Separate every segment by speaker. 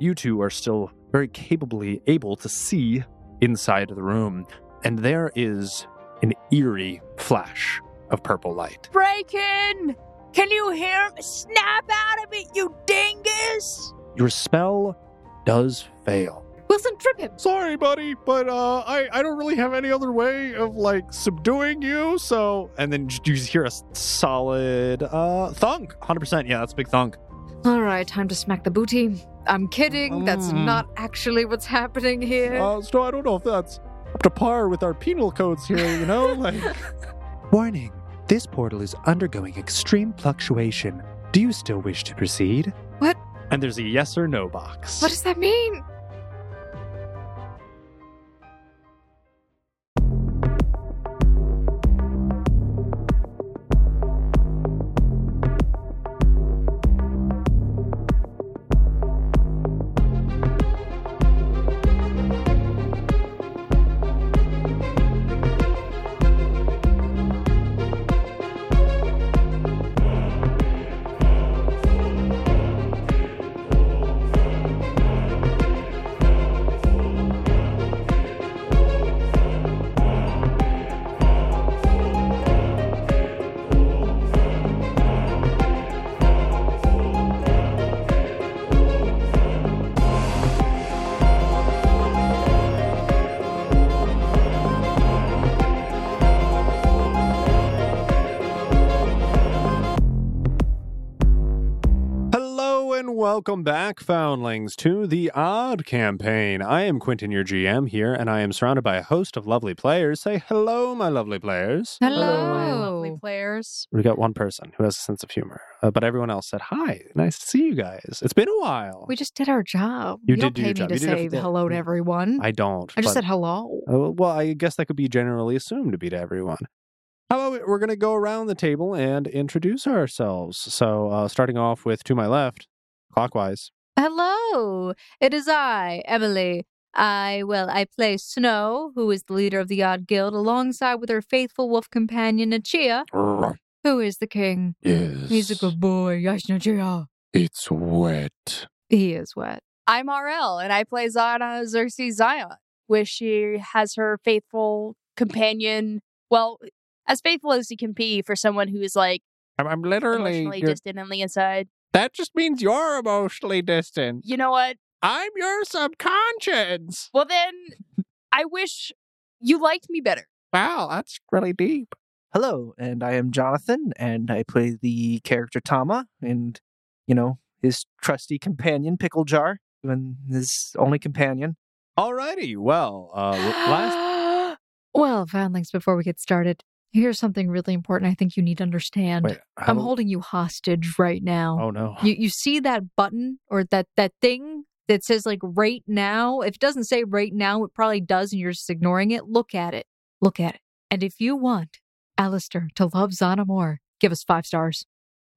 Speaker 1: you two are still very capably able to see inside the room, and there is an eerie flash of purple light.
Speaker 2: Breaking! Can you hear him? Snap out of it, you dingus!
Speaker 1: Your spell does fail.
Speaker 3: Wilson, trip him.
Speaker 4: Sorry, buddy, but uh, I I don't really have any other way of like subduing you. So, and then j- you just hear a s- solid uh thunk, hundred percent. Yeah, that's a big thunk.
Speaker 3: All right, time to smack the booty. I'm kidding. That's
Speaker 4: Mm.
Speaker 3: not actually what's happening here.
Speaker 4: Uh, so I don't know if that's up to par with our penal codes here. You know, like
Speaker 1: Warning this portal is undergoing extreme fluctuation. Do you still wish to proceed?
Speaker 3: What?
Speaker 1: And there's a yes or no box.
Speaker 3: What does that mean?
Speaker 4: Hello and welcome back, Foundlings, to the Odd Campaign. I am Quentin, your GM here, and I am surrounded by a host of lovely players. Say hello, my lovely players.
Speaker 2: my lovely
Speaker 3: Hello.
Speaker 2: players.
Speaker 4: We got one person who has a sense of humor, uh, but everyone else said hi. Nice to see you guys. It's been a while.
Speaker 3: We just did our job.
Speaker 4: You
Speaker 3: don't
Speaker 4: did do
Speaker 3: pay me
Speaker 4: your job.
Speaker 3: to
Speaker 4: You did a
Speaker 3: say
Speaker 4: f-
Speaker 3: hello to everyone. Hmm. I,
Speaker 4: I don't.
Speaker 3: just
Speaker 4: but-
Speaker 3: said hello.
Speaker 4: Uh, well, I guess that could be generally assumed to be to everyone. How about we- we're going to go around the table and introduce ourselves? So, uh, starting off with to my left, clockwise.
Speaker 5: Hello, it is I, Emily. I, well, I play Snow, who is the leader of the Odd Guild, alongside with her faithful wolf companion, Achia, who is the king.
Speaker 4: Yes.
Speaker 5: He's a good boy, Yashna Achia.
Speaker 4: It's wet.
Speaker 3: He is wet.
Speaker 2: I'm RL, and I play Zana Xerxes Zion, where she has her faithful companion. Well, as faithful as he can be for someone who is like
Speaker 4: I'm, I'm literally.
Speaker 2: emotionally
Speaker 4: you're-
Speaker 2: distant on the inside.
Speaker 4: that just means you're emotionally distant.
Speaker 2: You know what?
Speaker 4: I'm your subconscious.
Speaker 2: Well, then, I wish you liked me better.
Speaker 4: Wow, that's really deep.
Speaker 6: Hello, and I am Jonathan, and I play the character Tama, and you know his trusty companion Pickle Jar, and his only companion.
Speaker 4: Alrighty. Well, uh, w- last.
Speaker 3: well, Foundlings, before we get started, here's something really important I think you need to understand.
Speaker 4: Wait,
Speaker 3: I'm
Speaker 4: how-
Speaker 3: holding you hostage right now.
Speaker 4: Oh no.
Speaker 5: You, you see that button or that, that thing that says, like, right now? If it doesn't say right now, it probably does, and you're just ignoring it. Look at it. Look at it. And if you want Alistair to love Zana more, give us five stars.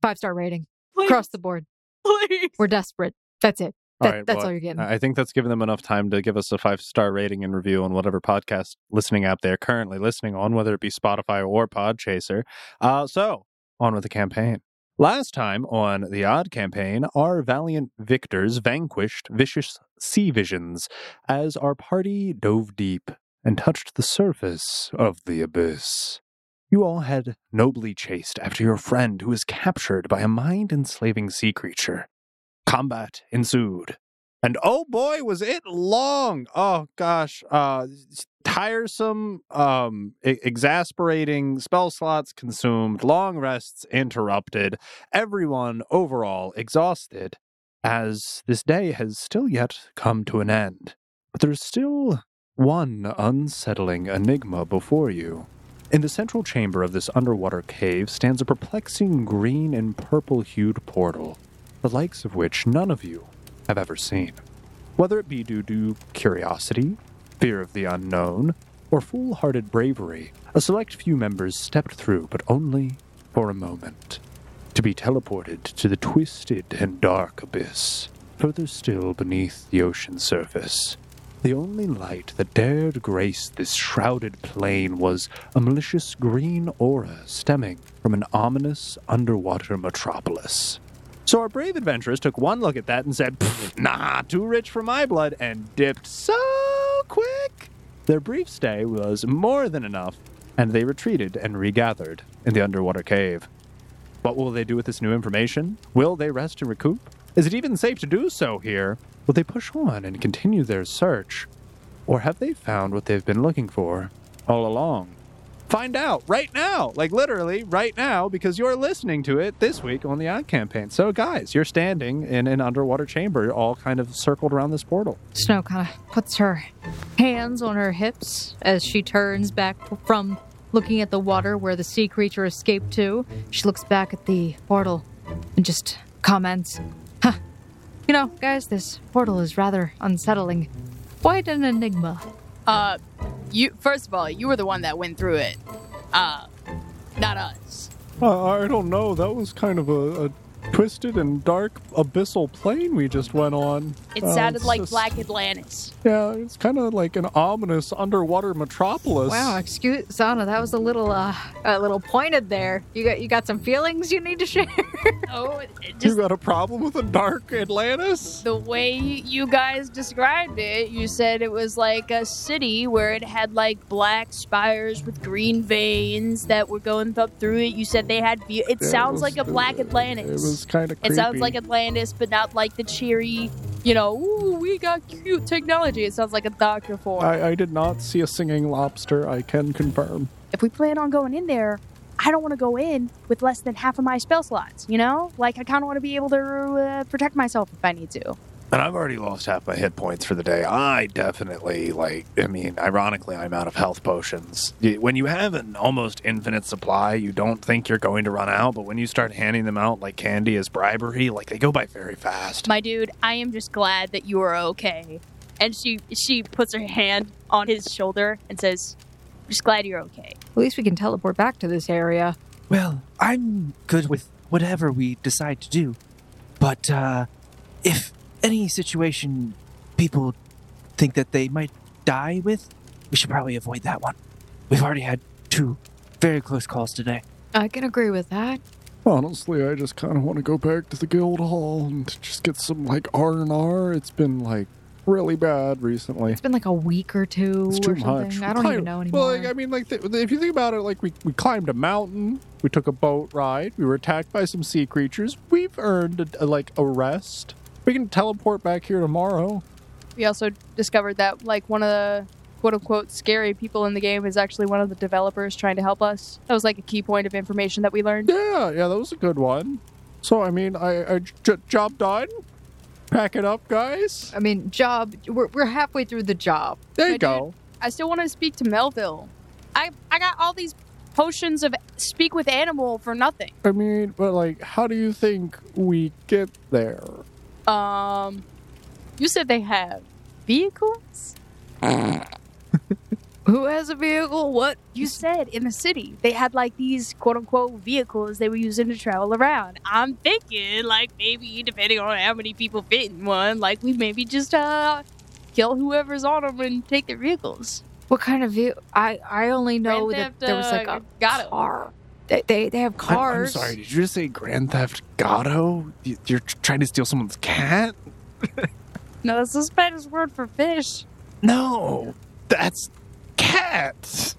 Speaker 5: Five star rating.
Speaker 2: Please,
Speaker 5: Across the board.
Speaker 2: please.
Speaker 5: We're desperate. That's it. That,
Speaker 4: Alright,
Speaker 5: that's
Speaker 4: well,
Speaker 5: all you're getting.
Speaker 4: I I think that's given them enough time to give us a five star rating and review on whatever podcast listening app they're currently listening on, whether it be Spotify or Podchaser. Uh, so, on with the campaign. Last time on the Odd Campaign, our valiant victors vanquished vicious sea visions as our party dove deep and touched the surface of the abyss. You all had nobly chased after your friend who was captured by a mind enslaving sea creature. Combat ensued. And oh boy, was it long. Oh gosh. Uh tiresome, um e- exasperating spell slots consumed, long rests interrupted, everyone overall exhausted as this day has still yet come to an end. But there's still one unsettling enigma before you. In the central chamber of this underwater cave stands a perplexing green and purple hued portal, the likes of which none of you have ever seen. Whether it be due to curiosity, fear of the unknown, or foolhardy bravery, a select few members stepped through, but only for a moment, to be teleported to the twisted and dark abyss, further still beneath the ocean surface. The only light that dared grace this shrouded plain was a malicious green aura stemming from an ominous underwater metropolis. So our brave adventurers took one look at that and said, "Pfft, nah, too rich for my blood, and dipped so quick. Their brief stay was more than enough, and they retreated and regathered in the underwater cave. What will they do with this new information? Will they rest and recoup? Is it even safe to do so here? Will they push on and continue their search? Or have they found what they've been looking for all along? Find out right now, like literally right now, because you're listening to it this week on the Odd Campaign. So, guys, you're standing in an underwater chamber, all kind of circled around this portal.
Speaker 5: Snow kind of puts her hands on her hips as she turns back from looking at the water where the sea creature escaped to. She looks back at the portal and just comments, huh. You know, guys, this portal is rather unsettling. Quite an enigma.
Speaker 2: Uh, you first of all, you were the one that went through it. Uh, not us.
Speaker 4: Uh, I don't know. That was kind of a, twisted and dark abyssal plane we just went on. Uh,
Speaker 2: It sounded like Black Atlantis.
Speaker 4: Yeah, it's kind of like an ominous underwater metropolis.
Speaker 5: Wow, excuse Zana, that was a little uh a little pointed there. You got you got some feelings you need to share.
Speaker 2: Oh, it it just
Speaker 4: got a problem with a dark Atlantis?
Speaker 2: the way you guys described it, you said it was like a city where it had like black spires with green veins that were going up through it. You said they had view. It
Speaker 4: Yeah, it
Speaker 2: sounds
Speaker 4: was-
Speaker 2: like a Black Atlantis.
Speaker 4: It was kind of.
Speaker 2: It sounds like Atlantis, but not like the cheery, you know, ooh, we got cute technology. It sounds like a doctor for.
Speaker 4: I, I did not see a singing lobster. I can confirm.
Speaker 2: if we plan on going in there, I don't want to go in with less than half of my spell slots, you know? Like, I kind of want to be able to uh, protect myself if I need to.
Speaker 4: And I've already lost half my hit points for the day. I definitely like. I mean, ironically, I'm out of health potions. Y- When you have an almost infinite supply, you don't think you're going to run out. But when you start handing them out like candy as bribery, like they go by very fast.
Speaker 2: My dude, I am just glad that you are okay. And she she puts her hand on his shoulder and says, just glad you're okay.
Speaker 5: At least we can teleport back to this area.
Speaker 6: Well, I'm good with whatever we decide to do. But uh, if any situation people think that they might die with, we should probably avoid that one. We've already had two very close calls today.
Speaker 5: I can agree with that.
Speaker 7: Honestly, I just kind of want to go back to the guild hall and to just get some like R and R. It's been like really bad recently.
Speaker 5: It's been like a week or two
Speaker 7: It's too
Speaker 5: or something.
Speaker 7: much.
Speaker 5: I don't
Speaker 7: We're
Speaker 5: even
Speaker 7: tired.
Speaker 5: know anymore.
Speaker 7: Well, like, I mean, like th- if you think about it, like we we climbed a mountain, we took a boat ride, we were attacked by some sea creatures. We've earned a, a, like a rest. We can teleport back here tomorrow.
Speaker 2: We also discovered that, like, one of the quote unquote scary people in the game is actually one of the developers trying to help us. That was, like, a key point of information that we learned.
Speaker 7: Yeah, yeah, that was a good one. So I mean, I, I j- job done. Pack it up, guys.
Speaker 5: I mean, job. We're, we're halfway through the job.
Speaker 7: There
Speaker 2: I
Speaker 7: you go.
Speaker 2: I still want to speak to Melville. I I got all these potions of speak with animal for nothing.
Speaker 7: I mean, but like, how do you think we get there?
Speaker 2: Um, you said they have vehicles.
Speaker 5: Who has a vehicle? What?
Speaker 2: You said in the city they had like these quote unquote vehicles they were using to travel around. I'm thinking like maybe depending on how many people fit in one, like we maybe just uh kill whoever's on them and take their vehicles. Oh,
Speaker 5: What kind of vehicle? I I only know
Speaker 2: Grand
Speaker 5: that there was like a
Speaker 2: Theft, uh, Gato.
Speaker 5: car. They, they they have
Speaker 7: I'm-
Speaker 5: cars.
Speaker 7: I'm, sorry, did you just say Grand Theft Gato? You- You're tr- trying to steal someone's cat?
Speaker 2: No, that's the Spanish word for fish.
Speaker 7: No, that's cat.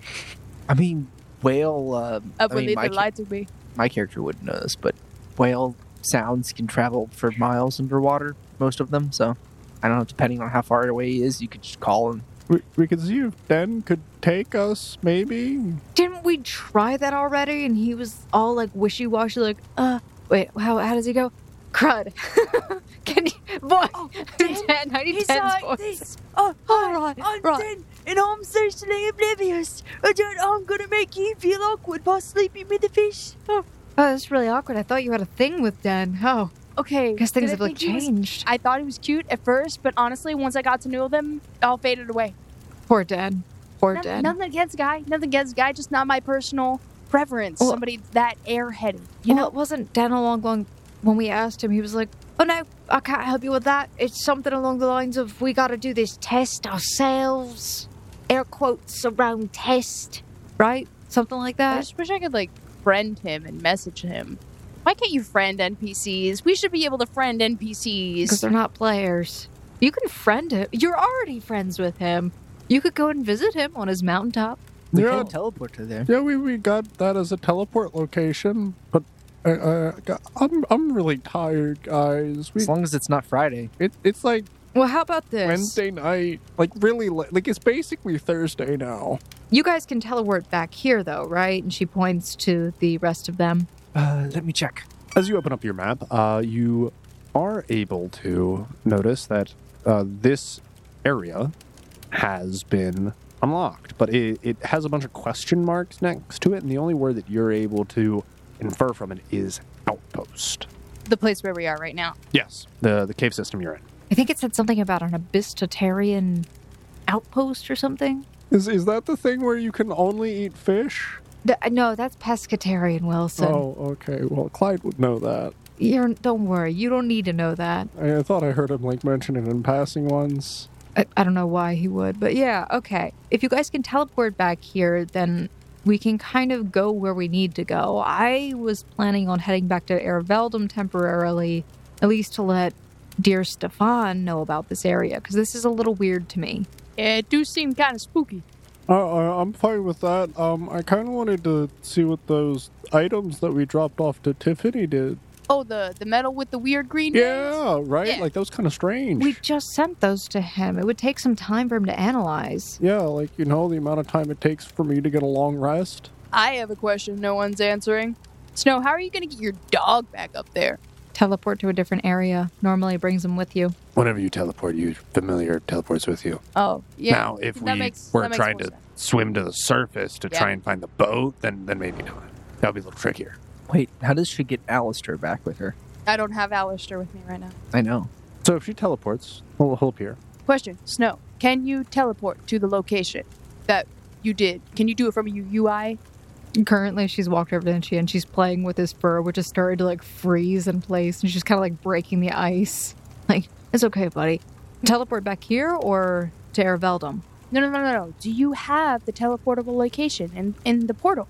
Speaker 6: I mean, whale. Um,
Speaker 2: Up
Speaker 6: I mean, my,
Speaker 2: they
Speaker 6: cha-
Speaker 2: lied to me.
Speaker 6: my character wouldn't know this, but whale sounds can travel for miles underwater, most of them. So I don't know, depending on how far away he is, you could just call him.
Speaker 7: We, we could see if Den could take us, maybe.
Speaker 5: Didn't we try that already? And he was all like wishy washy, like, uh, wait, how how does he go? Crud. Can you boy? Oh, ten, I need ten's voice.
Speaker 2: this. Oh,
Speaker 5: All right, right.
Speaker 2: and I'm socially oblivious. I don't, I'm gonna make you feel awkward by sleeping with the fish. Oh.
Speaker 5: Oh, that's really awkward. I thought you had a thing with Den. Oh,
Speaker 2: Okay.
Speaker 5: I guess things
Speaker 2: did
Speaker 5: have like
Speaker 2: think he was-
Speaker 5: changed.
Speaker 2: I thought he was cute at first, but honestly, once I got to know them, all faded away.
Speaker 5: Poor Den. Poor
Speaker 2: Noth-
Speaker 5: Den.
Speaker 2: Nothing against guy. Nothing against guy. Just not my personal preference.
Speaker 5: Well-
Speaker 2: Somebody that airheaded.
Speaker 5: You
Speaker 2: You
Speaker 5: know, it wasn't Dan along long when we asked him, he was like, Oh no, I can't help you with that. It's something along the lines of we gotta do this test ourselves. Air quotes around test. Right? Something like
Speaker 2: know, I
Speaker 5: that.
Speaker 2: just wish I could like friend him and message him. Why can't you friend NPCs? We should be able to friend
Speaker 5: because
Speaker 2: NPCs.
Speaker 5: they're not players. You can friend him. You're already friends with him. You could go and visit him on his mountaintop.
Speaker 6: We
Speaker 7: Yeah.
Speaker 6: can teleport to there.
Speaker 7: Yeah, we, we got that as a teleport location, but I, I, I'm I'm really tired, guys. We
Speaker 6: As long as it's not Friday.
Speaker 7: it, it's like
Speaker 5: Well, how about this?
Speaker 7: Wednesday night, like really late. Like it's basically Thursday now.
Speaker 5: You guys can teleport back here, though, right? And she points to the rest of them.
Speaker 6: Uh, let me check.
Speaker 4: As you open up your map, uh, you are able to notice that uh, this area has been unlocked, but it, it has a bunch of question marks next to it, and the only word that you're able to infer from it is outpost.
Speaker 2: The place where we are right now.
Speaker 4: Yes, the the cave system you're in.
Speaker 5: I think it said something about an abystotarian outpost or something.
Speaker 7: Is is that the thing where you can only eat fish?
Speaker 5: Th- uh, no, that's pescatarian, Wilson.
Speaker 7: Oh, okay. Well, Clyde would know that.
Speaker 5: You're, don't worry. You don't need to know that.
Speaker 7: I, I thought I heard him like mention it in passing once.
Speaker 5: I, I don't know why he would, but yeah, okay. If you guys can teleport back here, then we can kind of go where we need to go. I was planning on heading back to Ereveldum temporarily, at least to let dear Stefan know about this area, because this is a little weird to me.
Speaker 2: It do seem kind of spooky.
Speaker 7: I, I Uh, I'm fine with that. Um, I kind of wanted to see what those items that we dropped off to Tiffany did.
Speaker 2: Oh, the the metal with the weird green. rings?
Speaker 7: Yeah, right.
Speaker 2: Yeah.
Speaker 7: Like that was kind of strange.
Speaker 5: We just sent those to him. It would take some time for him to analyze.
Speaker 7: Yeah, like you know the amount of time it takes for me to get a long rest.
Speaker 2: I have a question no one's answering. Snow, how are you going to get your dog back up there?
Speaker 5: Teleport to a different area normally brings him with you.
Speaker 4: Whenever you teleport, you familiar teleports with you.
Speaker 2: Oh, yeah.
Speaker 4: Now, if
Speaker 2: That
Speaker 4: we
Speaker 2: makes-
Speaker 4: were
Speaker 2: that makes
Speaker 4: trying
Speaker 2: more
Speaker 4: to
Speaker 2: sense.
Speaker 4: swim to the surface to
Speaker 2: Yeah.
Speaker 4: try and find the boat, then then maybe not. That would be a little trickier.
Speaker 6: Wait, how does she get Alistair back with her?
Speaker 2: I don't have Alistair with me right now.
Speaker 6: I know.
Speaker 4: So if she teleports, he'll, he'll appear.
Speaker 2: Question, Snow, can you teleport to the location that you did? Can you do it from a UI?
Speaker 5: Currently, she's walked over to Vinci and she's playing with his fur, which has started to like freeze in place, and she's kind of like breaking the ice. Like, it's okay, buddy. Teleport back here or to Ereveldum?
Speaker 2: No, no, no, no, no. Do you have the teleportable location in, in the portal?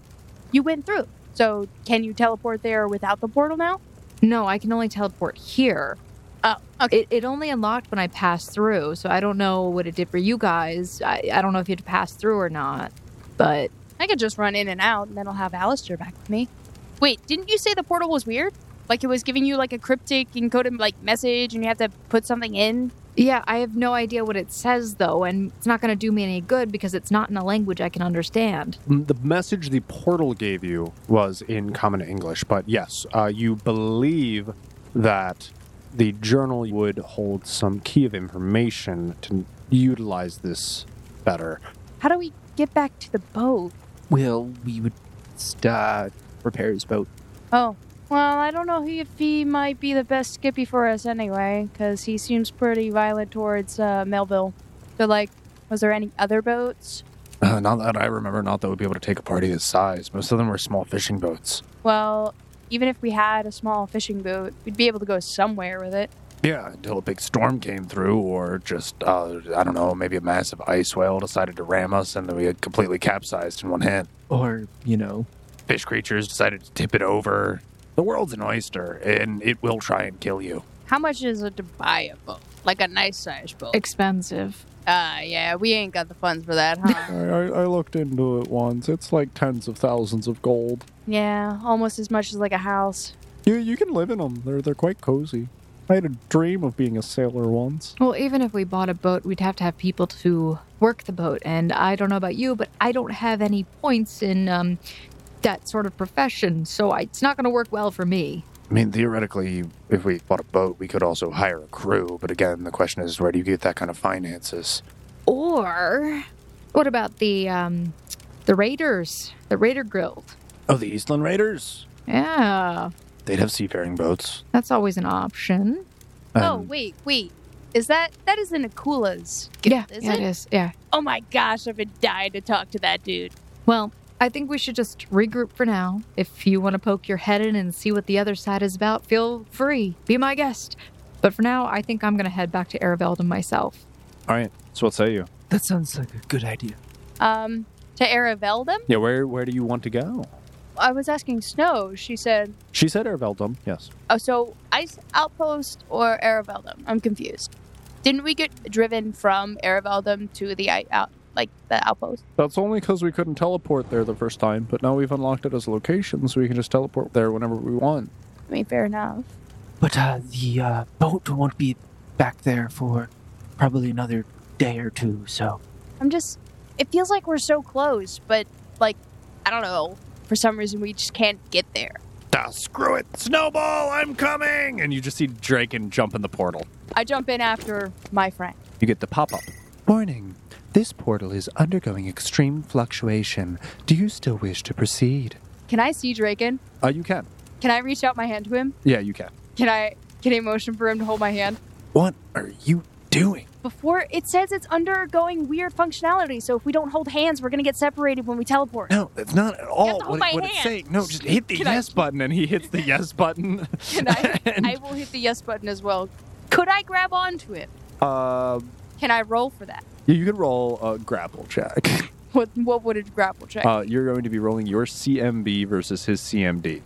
Speaker 2: You went through. So can you teleport there without the portal now?
Speaker 5: No, I can only teleport here.
Speaker 2: Oh, okay.
Speaker 5: It, it only unlocked when I passed through, so I don't know what it did for you guys. I, I don't know if you had to pass through or not, but
Speaker 2: I could just run in and out, and then I'll have Alistair back with me. Wait, didn't you say the portal was weird? Like it was giving you like a cryptic encoded like message, and you have to put something in.
Speaker 5: yeah, I have no idea what it says though, and it's not going to do me any good because it's not in a language I can understand.
Speaker 4: Mm, The message the portal gave you was in common English, but yes, uh, you believe that the journal would hold some key of information to utilize this better.
Speaker 2: How do we get back to the boat?
Speaker 6: Well, we would st- uh, repair his boat.
Speaker 2: Oh, well, I don't know if he might be the best Skippy for us anyway, because he seems pretty violent towards uh, Melville. So, like, was there any other boats?
Speaker 4: Uh, not that I remember, not that we'd be able to take a party this size. Most of them were small fishing boats.
Speaker 2: Well, even if we had a small fishing boat, we'd be able to go somewhere with it.
Speaker 4: Yeah, until a big storm came through, or just, uh, I don't know, maybe a massive ice whale decided to ram us and then we had completely capsized in one hand.
Speaker 6: Or, you know,
Speaker 4: Fish creatures decided to tip it over. The world's an oyster, and it will try and kill you.
Speaker 2: How much is it to buy a boat? Like a nice sized boat?
Speaker 5: Expensive.
Speaker 2: Ah, yeah, we ain't got the funds for that, huh?
Speaker 7: I, I, I looked into it once. It's like tens of thousands of gold.
Speaker 2: yeah, almost as much as like a house.
Speaker 7: You you can live in them. They're they're quite cozy. I had a dream of being a sailor once.
Speaker 5: Well, even if we bought a boat, we'd have to have people to work the boat. And I don't know about you, but I don't have any points in um, that sort of profession. So I, it's not going to work well for me.
Speaker 4: I mean, theoretically, if we bought a boat, we could also hire a crew. But again, the question is, where do you get that kind of finances?
Speaker 5: Or what about the um, the Raiders, the Raider Guild?
Speaker 4: Oh, the Eastland Raiders?
Speaker 5: Yeah,
Speaker 4: They'd have seafaring boats.
Speaker 5: that's always an option. Um,
Speaker 2: oh,
Speaker 4: And
Speaker 2: wait, wait. Is that, that is the Nakula's
Speaker 5: yeah,
Speaker 2: gift, is
Speaker 5: yeah,
Speaker 2: it?
Speaker 5: it is. Yeah.
Speaker 2: Oh my gosh, I've been dying to talk to that dude.
Speaker 5: Well, I think we should just regroup for now. If you want to poke your head in and see what the other side is about, feel free. Be my guest. But for now, I think I'm going to head back to Ereveldum myself.
Speaker 4: All right, so what say you?
Speaker 6: that sounds like a good idea.
Speaker 2: Um, to Araveldum?
Speaker 4: Yeah, where where do you want to go?
Speaker 2: I was asking Snow. She said,
Speaker 4: She said Erveldum, yes.
Speaker 2: "Oh, so Ice Outpost or Araveldum? I'm confused. Didn't we get driven from Araveldum to the I- out like the outpost?
Speaker 7: That's only because we couldn't teleport there the first time, but now we've unlocked it as a location, so we can just teleport there whenever we want.
Speaker 2: I mean, fair enough.
Speaker 6: But uh, the uh, boat won't be back there for probably another day or two, so.
Speaker 2: I'm just. It feels like we're so close, but like, I don't know. For some reason, we just can't get there.
Speaker 4: Ah, screw it. Snowball, I'm coming! And you just see Draken jump in the portal.
Speaker 2: I jump in after my friend.
Speaker 4: You get the pop up. Warning. This portal is undergoing extreme fluctuation. Do you still wish to proceed?
Speaker 2: Can I see Draken?
Speaker 4: Uh, you can.
Speaker 2: Can I reach out my hand to him?
Speaker 4: Yeah, you can.
Speaker 2: Can I? Can I motion for him to hold my hand?
Speaker 4: What are you doing?
Speaker 2: Before it says it's undergoing weird functionality, so if we don't hold hands, we're gonna get separated when we teleport.
Speaker 4: No, it's not at all
Speaker 2: hold
Speaker 4: what,
Speaker 2: my
Speaker 4: it- what it's
Speaker 2: hand.
Speaker 4: saying. No, just hit the
Speaker 2: Can I-
Speaker 4: yes button, and he hits the yes button.
Speaker 2: Can I?
Speaker 4: And,
Speaker 2: I will hit the yes button as well. Could I grab onto him?
Speaker 4: uh,
Speaker 2: Can I roll for that?
Speaker 4: yeah, you can roll a grapple check.
Speaker 2: What What would a grapple check?
Speaker 4: Uh, you're going to be rolling your CMB versus his CMD.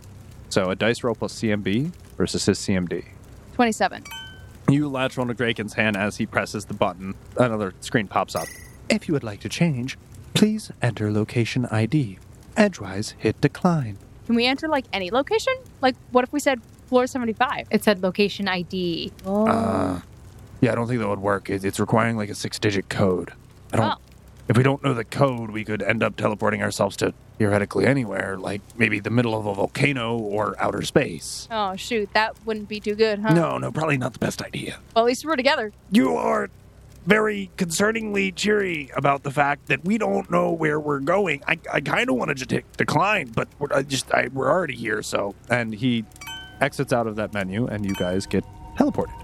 Speaker 4: So a dice roll plus CMB versus his CMD.
Speaker 2: Twenty-seven.
Speaker 4: You latch onto Draken's hand as he presses the button. Another screen pops up. If you would like to change, please enter location ID. Edgewise, hit decline.
Speaker 2: Can we enter like any location? Like, what if we said floor seventy-five?
Speaker 5: It said location ID.
Speaker 2: Oh.
Speaker 4: Uh, Yeah, I don't think that would work. It- It's requiring like a six-digit code. I don't.
Speaker 2: Oh.
Speaker 4: If we don't know the code, we could end up teleporting ourselves to theoretically anywhere, like maybe the middle of a volcano or outer space.
Speaker 2: oh shoot, that wouldn't be too good, huh?
Speaker 4: No, no, probably not the best idea.
Speaker 2: Well, at least we're together.
Speaker 4: You are very concerningly cheery about the fact that we don't know where we're going. I, I kind of wanted to de- decline, but we're, I just I, we're already here, so. And he exits out of that menu, and you guys get teleported.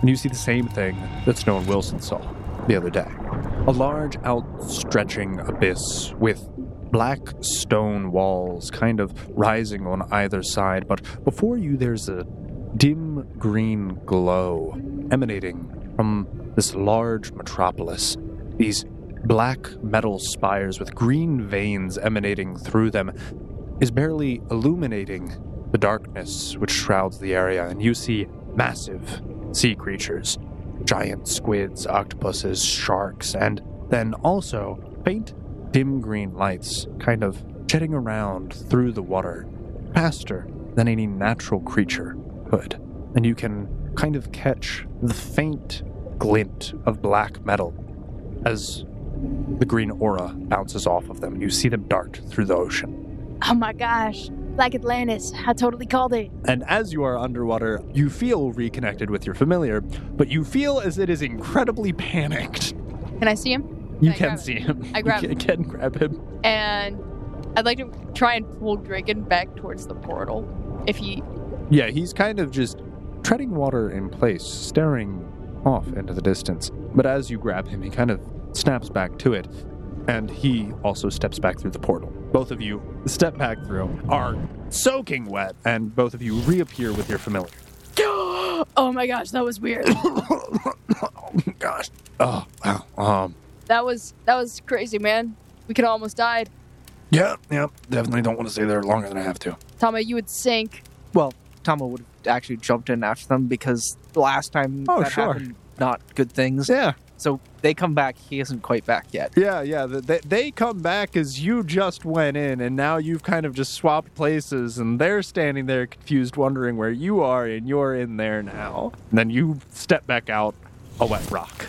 Speaker 4: And you see the same thing that Snow and Wilson saw the other day a large, outstretching abyss with black stone walls kind of rising on either side. But before you, there's a dim green glow emanating from this large metropolis. These black metal spires with green veins emanating through them is barely illuminating the darkness which shrouds the area, and you see massive sea creatures giant squids, octopuses, sharks, and then also faint dim green lights kind of jetting around through the water faster than any natural creature could. And you can kind of catch the faint glint of black metal as the green aura bounces off of them, and you see them dart through the ocean.
Speaker 2: Oh my gosh, like Atlantis, I totally called it.
Speaker 4: And as you are underwater, you feel reconnected with your familiar, but you feel as it is incredibly panicked.
Speaker 2: Can I see him?
Speaker 4: You
Speaker 2: I
Speaker 4: can
Speaker 2: grab
Speaker 4: see him.
Speaker 2: I grab
Speaker 4: you
Speaker 2: him.
Speaker 4: can, can grab him.
Speaker 2: And I'd like to try and pull Draken back towards the portal. If he
Speaker 4: Yeah, he's kind of just treading water in place, staring off into the distance. But as you grab him, he kind of snaps back to it, and he also steps back through the portal. Both of you step back through, are soaking wet, and both of you reappear with your familiar.
Speaker 2: Oh my gosh, that was weird.
Speaker 4: oh, gosh. Oh, wow. Um,
Speaker 2: that was that was crazy, man. We could almost died.
Speaker 4: yeah, yeah. Definitely don't want to stay there longer than I have to.
Speaker 2: Tama, you would sink.
Speaker 6: Well, Tama would have actually jumped in after them because the last time
Speaker 7: Oh,
Speaker 6: that
Speaker 7: sure.
Speaker 6: happened, not good things.
Speaker 7: Yeah.
Speaker 6: So they come back. He isn't quite back yet.
Speaker 7: Yeah, yeah. th- They, they come back as you just went in, and now you've kind of just swapped places, and they're standing there confused, wondering where you are, and you're in there now.
Speaker 4: And then you step back out a wet rock.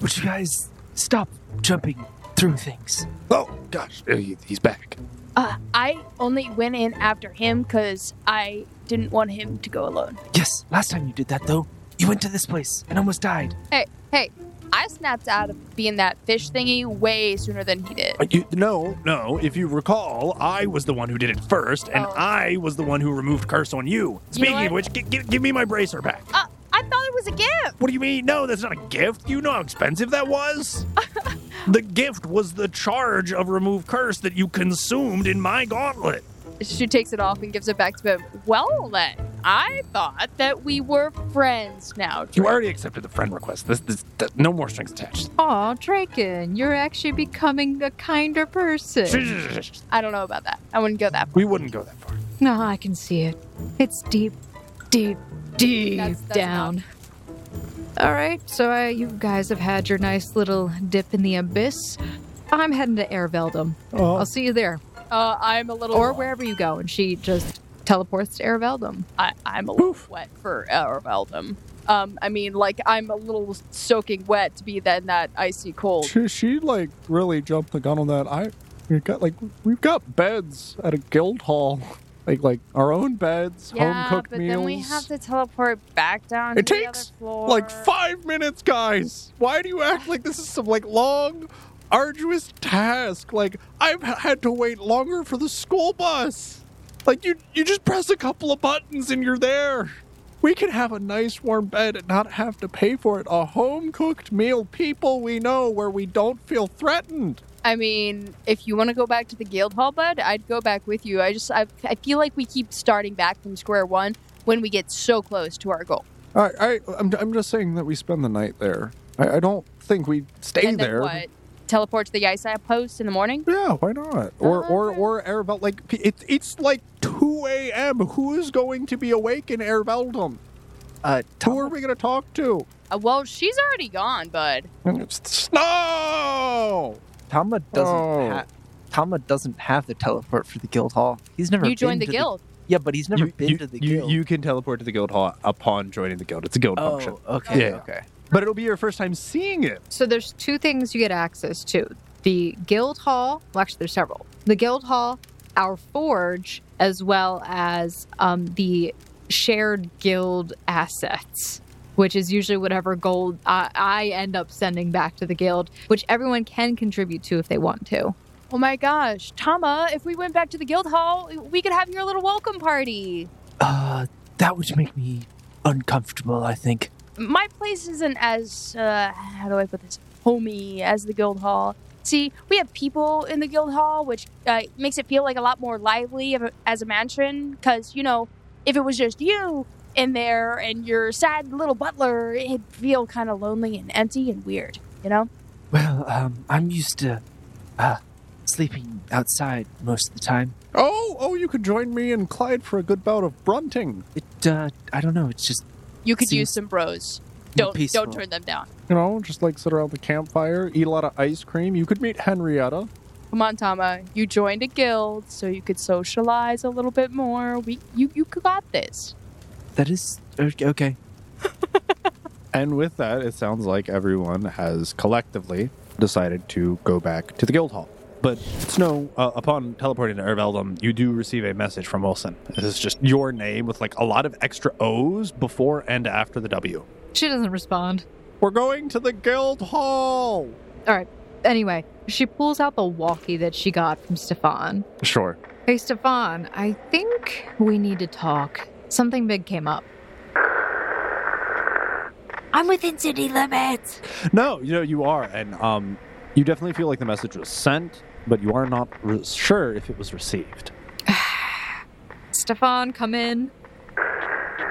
Speaker 6: Would you guys stop jumping through things?
Speaker 4: Oh, gosh. He, he's back.
Speaker 2: Uh, I only went in after him because I didn't want him to go alone.
Speaker 6: Yes, last time you did that though, you went to this place and almost died.
Speaker 2: Hey, hey, I snapped out of being that fish thingy way sooner than he did.
Speaker 4: Uh, You, no, no. If you recall, I was the one who did it first, and
Speaker 6: Uh,
Speaker 2: Oh.
Speaker 4: I was the one who removed curse on you. Speaking
Speaker 2: what?
Speaker 4: of which, g- g- give me my bracer back.
Speaker 2: Uh, I thought it was a gift.
Speaker 4: What do you mean? No, that's not a gift. You know how expensive that was. the gift was the charge of remove curse that you consumed in my gauntlet.
Speaker 2: She takes it off and gives it back to him. Well, then, I thought that we were friends now.
Speaker 1: You already accepted the friend request. This, this, th- no more strings attached.
Speaker 5: Aw, Draken, you're actually becoming a kinder person.
Speaker 2: I don't know about that. I wouldn't go that far.
Speaker 1: We wouldn't go that far.
Speaker 5: No, I can see it. It's deep, deep, deep
Speaker 2: That's- that's
Speaker 5: down. All right, so uh, you guys have had your nice little dip in the abyss. I'm heading to Airveldum. I'll see you there,
Speaker 2: Uh, I'm a little
Speaker 5: or
Speaker 7: Oh.
Speaker 5: wherever you go. And she just teleports to Airveldum.
Speaker 2: I, I'm a little wet for Arabaldum. Um, I mean, like I'm a little soaking wet to be then that icy cold.
Speaker 7: She, she like really jumped the gun on that. I we got like we've got beds at a guild hall, like like our own beds, home cooked meals.
Speaker 2: to teleport back down.
Speaker 7: It to the other takes,
Speaker 2: floor.
Speaker 7: like five minutes, guys. Why do you act like this is some like long, arduous task? Like I've h- had to wait longer for the school bus. Like you, you just press a couple of buttons and you're there. We can have a nice warm bed and not have to pay for it. A home cooked meal, people we know, where we don't feel threatened.
Speaker 2: I mean, if you want to go back to the guild hall, bud, I'd go back with you. I just, I, I feel like we keep starting back from square one when we get so close to our goal.
Speaker 7: All right, all right I'm, I'm just saying that we spend the night there. I, I don't think we stay
Speaker 2: and then
Speaker 7: there.
Speaker 2: what? Teleport to the ice post in the morning.
Speaker 7: Yeah, why not? Or or or Arabel like it's it's like two a.m. Who is going to be awake in Arabeldom?
Speaker 6: Uh,
Speaker 7: Who are
Speaker 6: Tom,
Speaker 7: we going to talk to?
Speaker 2: Uh, well, she's already gone, bud.
Speaker 7: Snow.
Speaker 6: Tama doesn't.
Speaker 7: Oh.
Speaker 6: Ha- Tama doesn't have the teleport for the guild hall. He's never.
Speaker 2: You joined the
Speaker 6: been to
Speaker 2: guild.
Speaker 6: yeah, but he's never
Speaker 4: you,
Speaker 6: been
Speaker 4: you-
Speaker 6: to the
Speaker 4: you-
Speaker 6: guild.
Speaker 4: you can teleport to the guild hall upon joining the guild. It's a guild
Speaker 6: oh,
Speaker 4: function.
Speaker 6: okay.
Speaker 4: Yeah.
Speaker 6: Okay.
Speaker 4: But it'll be your first time seeing it.
Speaker 5: So there's two things you get access to: the guild hall. Well, actually, there's several. The guild hall, our forge, as well as um, the shared guild assets, which is usually whatever gold I, I end up sending back to the guild, which everyone can contribute to if they want to.
Speaker 2: Oh my gosh, Tama! If we went back to the guild hall, we could have your little welcome party.
Speaker 6: Uh, that would make me uncomfortable. I think.
Speaker 2: my place isn't as uh, how do I put this homey as the guild hall. See, we have people in the guild hall, which uh, makes it feel like a lot more lively of a, as a mansion. Because you know, if it was just you in there and your sad little butler, it'd feel kind of lonely and empty and weird. You know?
Speaker 6: Well, um, I'm used to uh, sleeping outside most of the time.
Speaker 7: Oh oh, you could join me and Clyde for a good bout of brunting.
Speaker 6: It. Uh, I don't know. It's just
Speaker 2: You could
Speaker 6: Seems
Speaker 2: use some bros.
Speaker 6: more
Speaker 2: Don't
Speaker 6: peaceful.
Speaker 2: don't turn them down.
Speaker 7: You know, just like sit around the campfire, eat a lot of ice cream. You could meet Henrietta.
Speaker 2: Come on, Tama. You joined a guild, so you could socialize a little bit more. We you you got this.
Speaker 6: That is er, okay.
Speaker 4: And with that, it sounds like everyone has collectively decided to go back to the guild hall. But Snow, uh, upon teleporting to Erveldum, you do receive a message from Wilson. This is just your name with like a lot of extra O's before and after the W.
Speaker 5: She doesn't respond.
Speaker 7: We're going to the guild hall.
Speaker 5: Anyway, she pulls out the walkie that she got from Stefan.
Speaker 4: Sure.
Speaker 5: Hey, Stefan, I think we need to talk. Something big came up.
Speaker 8: I'm within city limits.
Speaker 4: No, you know you are, and um, you definitely feel like the message was sent, but you are not re- sure if it was received.
Speaker 5: Stefan, come in.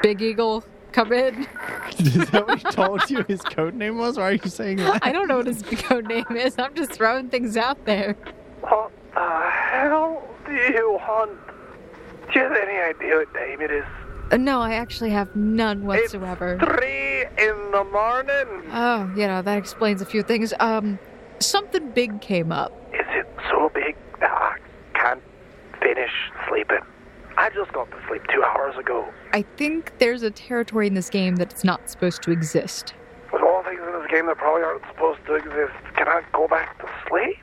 Speaker 5: Big Eagle, come in.
Speaker 4: is that what he told you his code name was? Why are you saying that?
Speaker 5: I don't know what his code name is. I'm just throwing things out there.
Speaker 9: What the hell do you want? Do you have any idea what time it is?
Speaker 5: Uh, No, I actually have none whatsoever.
Speaker 9: Three in the morning.
Speaker 5: Oh, you know, that explains a few things. Um, something big came up.
Speaker 9: Is it so big that I can't finish sleeping? I just got to sleep two hours ago.
Speaker 5: I think there's a territory in this game that's not supposed to exist.
Speaker 9: With all things in this game that probably aren't supposed to exist, can I go back to sleep?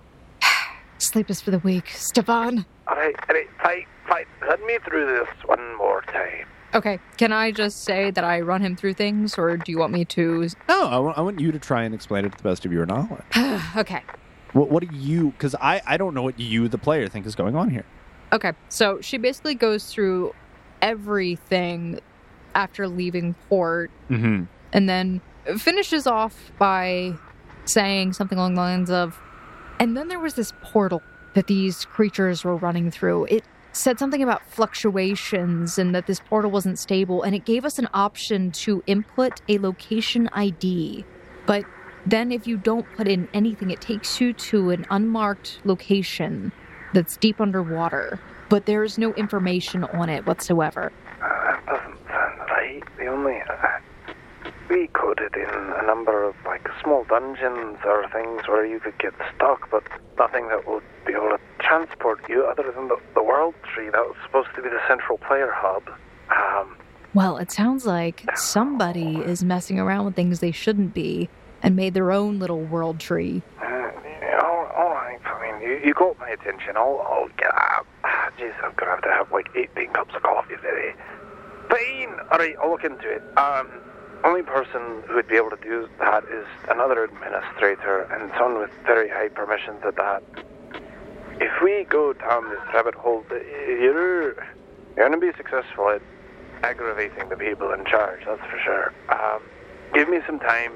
Speaker 5: Sleep is for the weak. Stefan.
Speaker 9: Alright, alright, fight, fight. Let me through this one more time.
Speaker 5: Okay, can I just say that I run him through things, or do you want me to? Ah,
Speaker 4: No, I want, I want you to try and explain it to the best of your knowledge.
Speaker 5: okay,
Speaker 4: What, what do you? Because I, I don't know what you, the player, think is going on here.
Speaker 5: okay. So she basically goes through everything after leaving port,
Speaker 4: Mm-hmm.
Speaker 5: and then finishes off by saying something along the lines of, "And then there was this portal that these creatures were running through. It said something about fluctuations and that this portal wasn't stable, and it gave us an option to input a location ID. But then, if you don't put in anything, it takes you to an unmarked location that's deep underwater, but there is no information on it whatsoever.
Speaker 9: Uh, that doesn't sound right. The only. Uh, we coded in a number of, like, small dungeons or things where you could get stuck, but nothing that would be able to transport you other than the, the world tree. That was supposed to be the central player hub. Um,
Speaker 5: Well, it sounds like somebody is messing around with things they shouldn't be and made their own little world tree.
Speaker 9: Uh, yeah, all, all right. I mean, you, you got my attention. I'll, I'll get out. Ah, Jeez, I'm gonna have to have like 18 cups of coffee today. Fine. All right, I'll look into it. Um, only person who would be able to do that is another administrator and someone with very high permissions at that. If we go down this rabbit hole, th- you're you're gonna be successful at aggravating the people in charge. That's for sure. Um, give me some time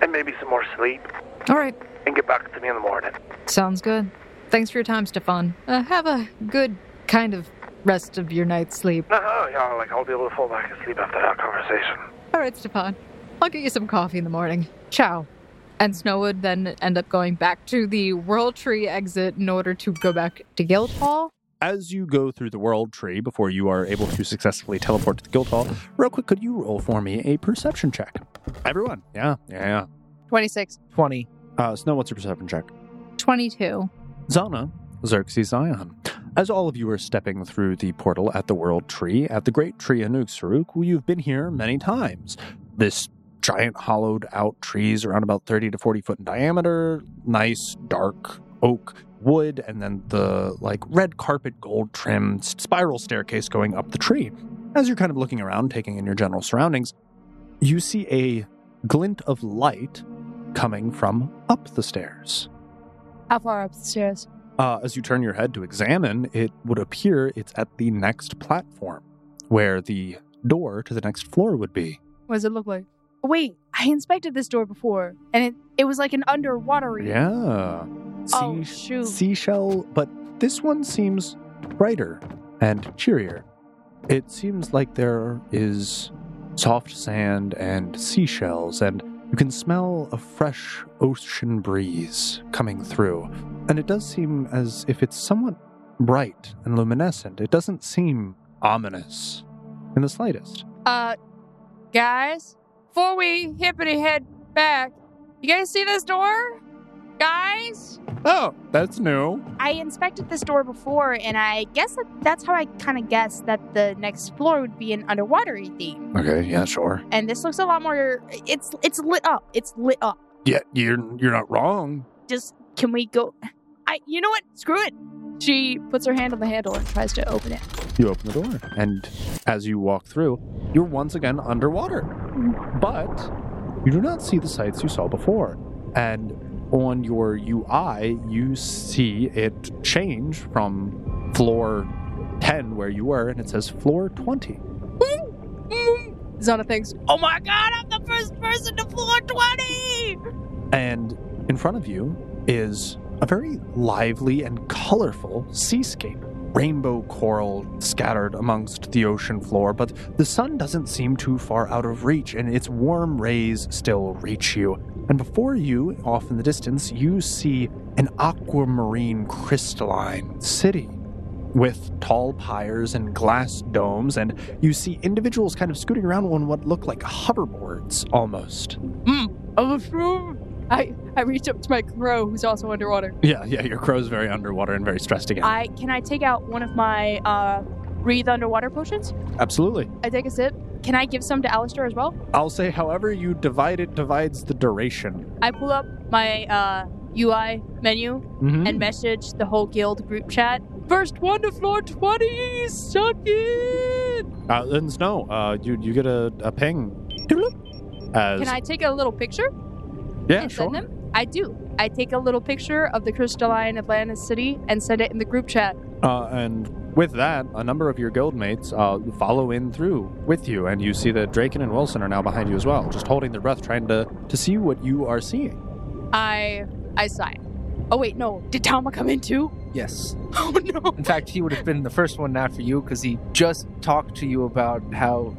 Speaker 9: and maybe some more sleep,
Speaker 5: All right,
Speaker 9: and get back to me in the morning.
Speaker 5: sounds good. Thanks for your time, Stefan. Uh, have a good kind of rest of your night's sleep.
Speaker 9: No, no, yeah, like I'll be able to fall back asleep after that conversation.
Speaker 5: All right, Stefan. I'll get you some coffee in the morning. Ciao. And Snow would then end up going back to the World Tree exit in order to go back to Guildhall.
Speaker 4: As you go through the world tree before you are able to successfully teleport to the guild hall, real quick, could you roll for me a perception check? Everyone. Yeah, yeah,
Speaker 3: 26.
Speaker 6: 20.
Speaker 4: yeah. Uh, Snow, what's your perception check?
Speaker 5: 22.
Speaker 4: Zana, Xerxes Zion. As all of you are stepping through the portal at the World Tree, at the Great Tree Anuxaruk, who you've been here many times. This giant hollowed out trees around about 30 to 40 foot in diameter, nice dark oak wood, and then the like red carpet gold trimmed spiral staircase going up the tree. As you're kind of looking around, taking in your general surroundings, you see a glint of light coming from up the stairs.
Speaker 2: How far up the stairs?
Speaker 4: Uh, as you turn your head to examine, it would appear it's at the next platform, where the door to the next floor would be.
Speaker 2: What does it look like? Wait, I inspected this door before, and it, it was like an underwatery.
Speaker 4: Yeah.
Speaker 2: Oh,
Speaker 4: Sea-
Speaker 2: shoot.
Speaker 4: Seashell, but this one seems brighter and cheerier. It seems like there is soft sand and seashells, and you can smell a fresh ocean breeze coming through. And it does seem as if it's somewhat bright and luminescent. It doesn't seem ominous in the slightest.
Speaker 2: Uh, guys, before we hippity head back, you guys see this door? Guys,
Speaker 4: Oh, that's new.
Speaker 2: I inspected this door before, and I guess that that's how I kind of guessed that the next floor would be an underwatery theme.
Speaker 4: Okay, yeah, sure.
Speaker 2: And this looks a lot more. It's it's lit up. It's lit up.
Speaker 4: Yeah, you're you're not wrong.
Speaker 2: Just can we go? I. You know what? Screw it. She puts her hand on the handle and tries to open it.
Speaker 4: You open the door, and as you walk through, you're once again underwater. But you do not see the sights you saw before. And on your UI, you see it change from floor 10, where you were, and it says floor 20.
Speaker 2: Zana thinks, "Oh my god, I'm the first person to floor 20!"
Speaker 4: And in front of you is a very lively and colorful seascape. Rainbow coral scattered amongst the ocean floor, but the sun doesn't seem too far out of reach, and its warm rays still reach you. And before you, off in the distance, you see an aquamarine crystalline city with tall pyres and glass domes, and you see individuals kind of scooting around on what look like hoverboards almost.
Speaker 2: Oh, phew. I I reach up to my crow, who's also underwater.
Speaker 4: Yeah, yeah, your crow's very underwater and very stressed again.
Speaker 2: I can I take out one of my uh, breathe underwater potions?
Speaker 4: Absolutely.
Speaker 2: I take a sip. Can I give some to Alistair as well?
Speaker 4: I'll say, however you divide it, divides the duration.
Speaker 2: I pull up my uh, UI menu
Speaker 4: Mhm.
Speaker 2: and message the whole guild group chat. Mm-hmm. First one to floor twenty, suck it.
Speaker 4: uh, and snow, uh, you you get a, a ping. Doodle-doo. As,
Speaker 2: Can I take a little picture
Speaker 4: yeah,
Speaker 2: and
Speaker 4: sure.
Speaker 2: send them? I do. I take a little picture of the crystalline Atlantis city and send it in the group chat.
Speaker 4: Uh, and with that, a number of your guildmates uh, follow in through with you, and you see that Draken and Wilson are now behind you as well, just holding their breath, trying to to see what you are seeing.
Speaker 2: I I sigh. Oh wait, no. Did Talma come in too?
Speaker 6: Yes.
Speaker 2: Oh no.
Speaker 6: In fact, he would have been the first one after you because he just talked to you about how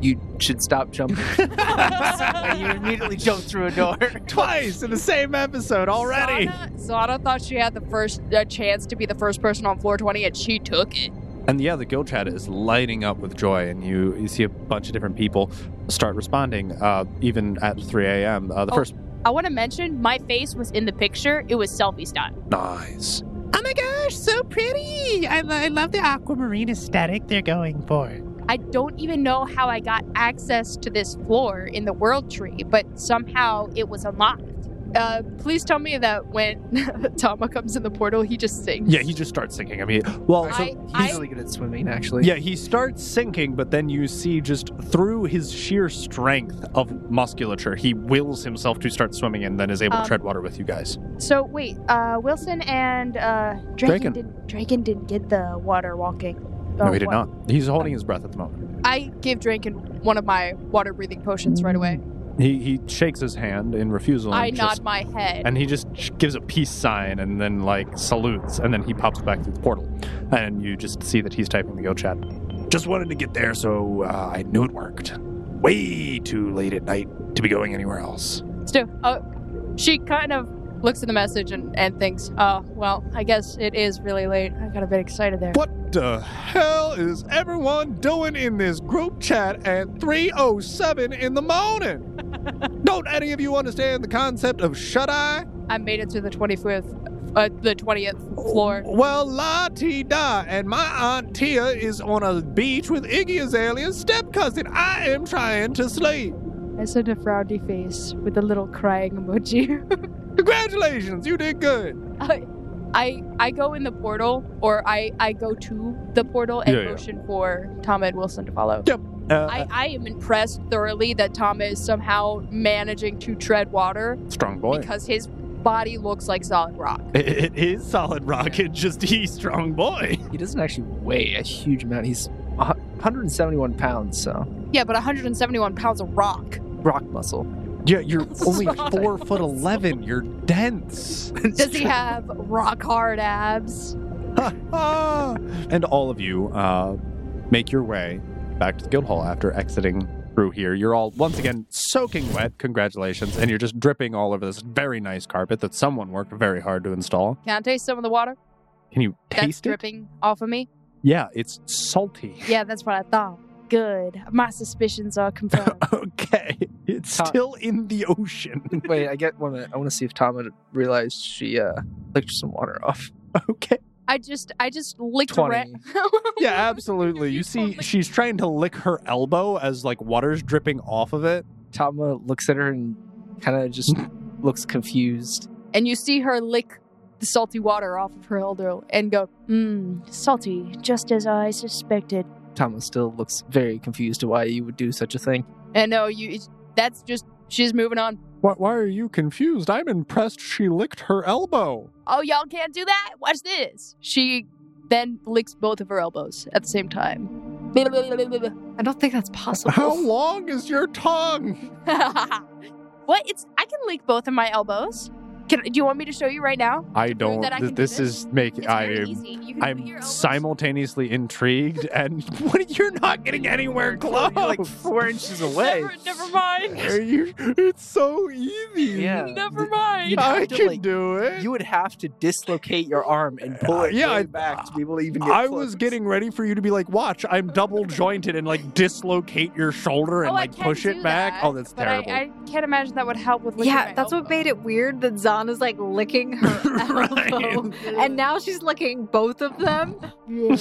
Speaker 6: you should stop jumping. and you immediately jumped through a door.
Speaker 7: Twice in the same episode already.
Speaker 2: Zana, Zana thought she had the first uh, chance to be the first person on floor 20 and she took it.
Speaker 4: And yeah, the guild chat is lighting up with joy, and you, you see a bunch of different people start responding, uh, even at 3 a.m. Uh, the
Speaker 2: Oh.
Speaker 4: first.
Speaker 2: I want to mention my face was in the picture. It was selfie style.
Speaker 4: Nice.
Speaker 10: Oh my gosh, so pretty! I, lo- I love the aquamarine aesthetic they're going for.
Speaker 2: I don't even know how I got access to this floor in the world tree, but somehow it was unlocked. Uh, please tell me that when Tama comes in the portal, he just sings.
Speaker 4: Yeah, he just starts sinking. I mean, well,
Speaker 2: I,
Speaker 4: so,
Speaker 6: He's
Speaker 2: I,
Speaker 6: really good at swimming, actually.
Speaker 4: yeah, he starts sinking, but then you see just through his sheer strength of musculature, he wills himself to start swimming and then is able
Speaker 2: Um, oh,
Speaker 4: to tread water with you guys.
Speaker 2: so wait, uh, Wilson and uh,
Speaker 4: Draken.
Speaker 2: Draken, didn't, Draken didn't get the water walking.
Speaker 4: no,
Speaker 2: uh,
Speaker 4: he did
Speaker 2: wa-
Speaker 4: not. He's holding his breath at the moment.
Speaker 2: I give Draken one of my water breathing potions right away.
Speaker 4: He he shakes his hand in refusal.
Speaker 2: I
Speaker 4: and just-
Speaker 2: nod my head.
Speaker 4: and he just sh- gives a peace sign and then like salutes and then he pops back through the portal and you just see that he's typing the guild chat
Speaker 1: Just wanted to get there, so uh, I knew it worked. Way too late at night to be going anywhere else.
Speaker 2: Still, uh, she kind of looks at the message and, and thinks, oh, well, I guess it is really late. I got a bit excited there.
Speaker 7: What the hell is everyone doing in this group chat at 3:07 in the morning? Don't any of you understand the concept of shut eye?
Speaker 2: I made it to the 25th, uh, the 20th floor.
Speaker 7: Well, la ti da, and my aunt Tia is on a beach with Iggy Azalea's step cousin. I am trying to sleep.
Speaker 2: I sent a frowny face with a little crying emoji.
Speaker 7: Congratulations, you did good.
Speaker 2: I, I, I go in the portal, or I, I go to the portal and
Speaker 4: Yeah, yeah.
Speaker 2: motion for Tom and Wilson to follow.
Speaker 4: uh,
Speaker 2: I, I am impressed thoroughly that Tom is somehow managing to tread water
Speaker 4: strong boy
Speaker 2: because his body looks like solid rock.
Speaker 4: it is solid rocket just he strong boy
Speaker 6: He doesn't actually weigh a huge amount. He's a hu- 171 pounds, so
Speaker 2: Yeah, but 171 pounds of rock.
Speaker 6: rock muscle.
Speaker 4: yeah you're only
Speaker 2: Solid
Speaker 4: four foot eleven you're dense
Speaker 2: Does he have rock hard abs?
Speaker 4: Ah. and all of you uh, make your way back to the guild hall after exiting through here. You're all once again soaking wet. Congratulations. And you're just dripping all over this very nice carpet that someone worked very hard to install.
Speaker 2: Can I taste some of the water
Speaker 4: Can you
Speaker 2: that's
Speaker 4: taste it?
Speaker 2: dripping off of me?
Speaker 4: Yeah, it's salty.
Speaker 2: Yeah, that's what I thought. Good. My suspicions are confirmed.
Speaker 4: Okay. It's
Speaker 6: Huh.
Speaker 4: still in the ocean.
Speaker 6: Wait, I get one. minute. I want to see if Tama realized she uh, licked some water off.
Speaker 4: Okay.
Speaker 2: I just, I just licked
Speaker 6: 20.
Speaker 2: around.
Speaker 4: Yeah, absolutely. You see,
Speaker 2: Totally.
Speaker 4: she's trying to lick her elbow as like water's dripping off of it.
Speaker 6: Tama looks at her and kind of just looks confused.
Speaker 2: and you see her lick the salty water off of her elbow and go, mmm, salty, just as I suspected.
Speaker 6: Tama still looks very confused to why you would do such a thing.
Speaker 2: And no, you, it's- that's just, she's moving on.
Speaker 7: Why, why are you confused? I'm impressed she licked her elbow.
Speaker 2: Oh, y'all can't do that? Watch this. She then licks both of her elbows at the same time.
Speaker 3: I don't think that's possible.
Speaker 7: How long is your tongue?
Speaker 2: what? It's I can lick both of my elbows. Can, do you want me to show you right now?
Speaker 4: I
Speaker 2: don't- that I can do
Speaker 4: this
Speaker 2: this
Speaker 4: is making.
Speaker 2: It's
Speaker 4: I
Speaker 2: very easy. You can put your
Speaker 4: I'm
Speaker 2: elbows-
Speaker 4: simultaneously intrigued and what you're not getting anywhere close.
Speaker 6: You're like four inches away.
Speaker 2: Never, never mind.
Speaker 7: Are you- it's so easy.
Speaker 6: Yeah.
Speaker 2: Never
Speaker 6: th-
Speaker 2: mind.
Speaker 6: you'd
Speaker 7: I
Speaker 6: have to,
Speaker 7: can
Speaker 6: like-
Speaker 7: do it.
Speaker 6: You would have to dislocate your arm and pull it
Speaker 7: Yeah,
Speaker 6: way
Speaker 7: I-
Speaker 6: back to be able to even get
Speaker 4: I
Speaker 6: close.
Speaker 4: was getting ready for you to be like, watch, I'm double jointed and like dislocate your shoulder and
Speaker 2: Oh, I
Speaker 4: like
Speaker 2: can
Speaker 4: push
Speaker 2: do
Speaker 4: it back.
Speaker 2: that,
Speaker 4: Oh, that's
Speaker 2: but
Speaker 4: terrible.
Speaker 2: I, I can't imagine that would help with. licking
Speaker 3: yeah,
Speaker 2: my
Speaker 3: that's what
Speaker 2: elbow.
Speaker 3: made it weird that Zana's like licking her
Speaker 4: Right.
Speaker 3: elbow, and now she's licking both of them.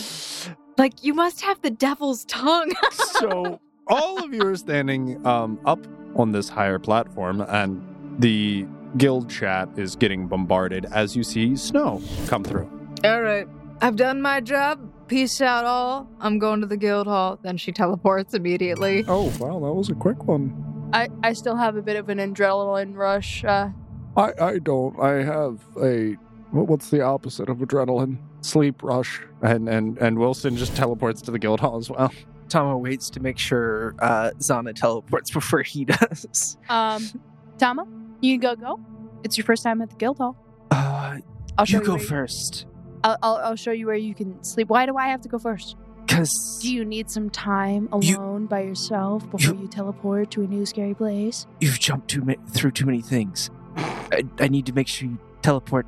Speaker 3: Like you must have the devil's tongue.
Speaker 4: so all of you are standing um, up on this higher platform, and the guild chat is getting bombarded as you see snow come through.
Speaker 3: All right, I've done my job. Peace out, all. I'm going to the guild hall. Then she teleports immediately.
Speaker 7: Oh, wow, that was a quick one.
Speaker 2: I, I still have a bit of an adrenaline rush. Uh,
Speaker 7: I, I don't. I have a. what- What's the opposite of adrenaline? Sleep rush.
Speaker 4: And and and Wilson just teleports to the guild hall as well.
Speaker 6: Tama waits to make sure uh, Zana teleports before he does.
Speaker 2: um, Tama, you can go go. It's your first time at the guild hall.
Speaker 6: Uh,
Speaker 2: I'll show
Speaker 6: you
Speaker 2: you.
Speaker 6: go
Speaker 2: where
Speaker 6: first.
Speaker 2: I'll, I'll, I'll show you where you can sleep. Why do I have to go first?
Speaker 6: Because
Speaker 2: Do you need some time
Speaker 6: You-
Speaker 2: alone by yourself before you teleport to a new scary place?
Speaker 6: you've jumped too ma- through too many things. I, I need to make sure you teleport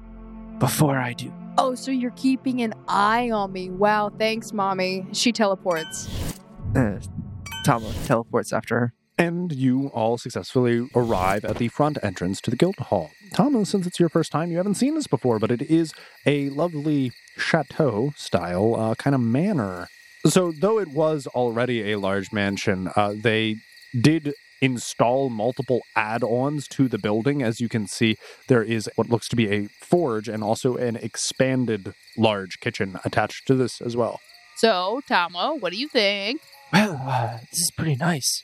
Speaker 6: before I do.
Speaker 2: Oh, so you're keeping an eye on me. Wow, thanks, mommy. She teleports.
Speaker 6: Uh, Tama teleports after her.
Speaker 4: And you all successfully arrive at the front entrance to the guild hall. Thomas, since it's your first time, you haven't seen this before, but it is a lovely chateau style uh, kind of manor. So, though it was already a large mansion, uh, they did install multiple add ons to the building. As you can see, there is what looks to be a forge and also an expanded large kitchen attached to this as well.
Speaker 2: So, Tama, what do you think?
Speaker 6: Well, uh, this is pretty nice.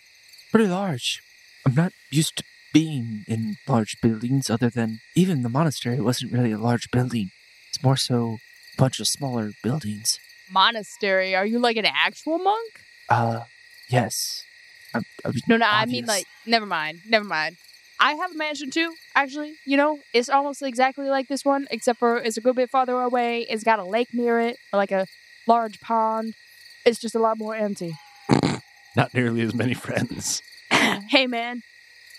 Speaker 6: Pretty large. I'm not used to being in large buildings, other than even the monastery wasn't really a large building. It's more so a bunch of smaller buildings.
Speaker 2: Monastery, are you like an actual monk?
Speaker 6: Uh, yes. I, I was
Speaker 2: No, no, I mean
Speaker 6: obvious.
Speaker 2: like, never mind, never mind. I have a mansion too, actually. You know, it's almost exactly like this one, except for it's a good bit farther away. It's got a lake near it, or like a large pond. It's just a lot more empty.
Speaker 4: Not nearly as many friends.
Speaker 2: hey, man,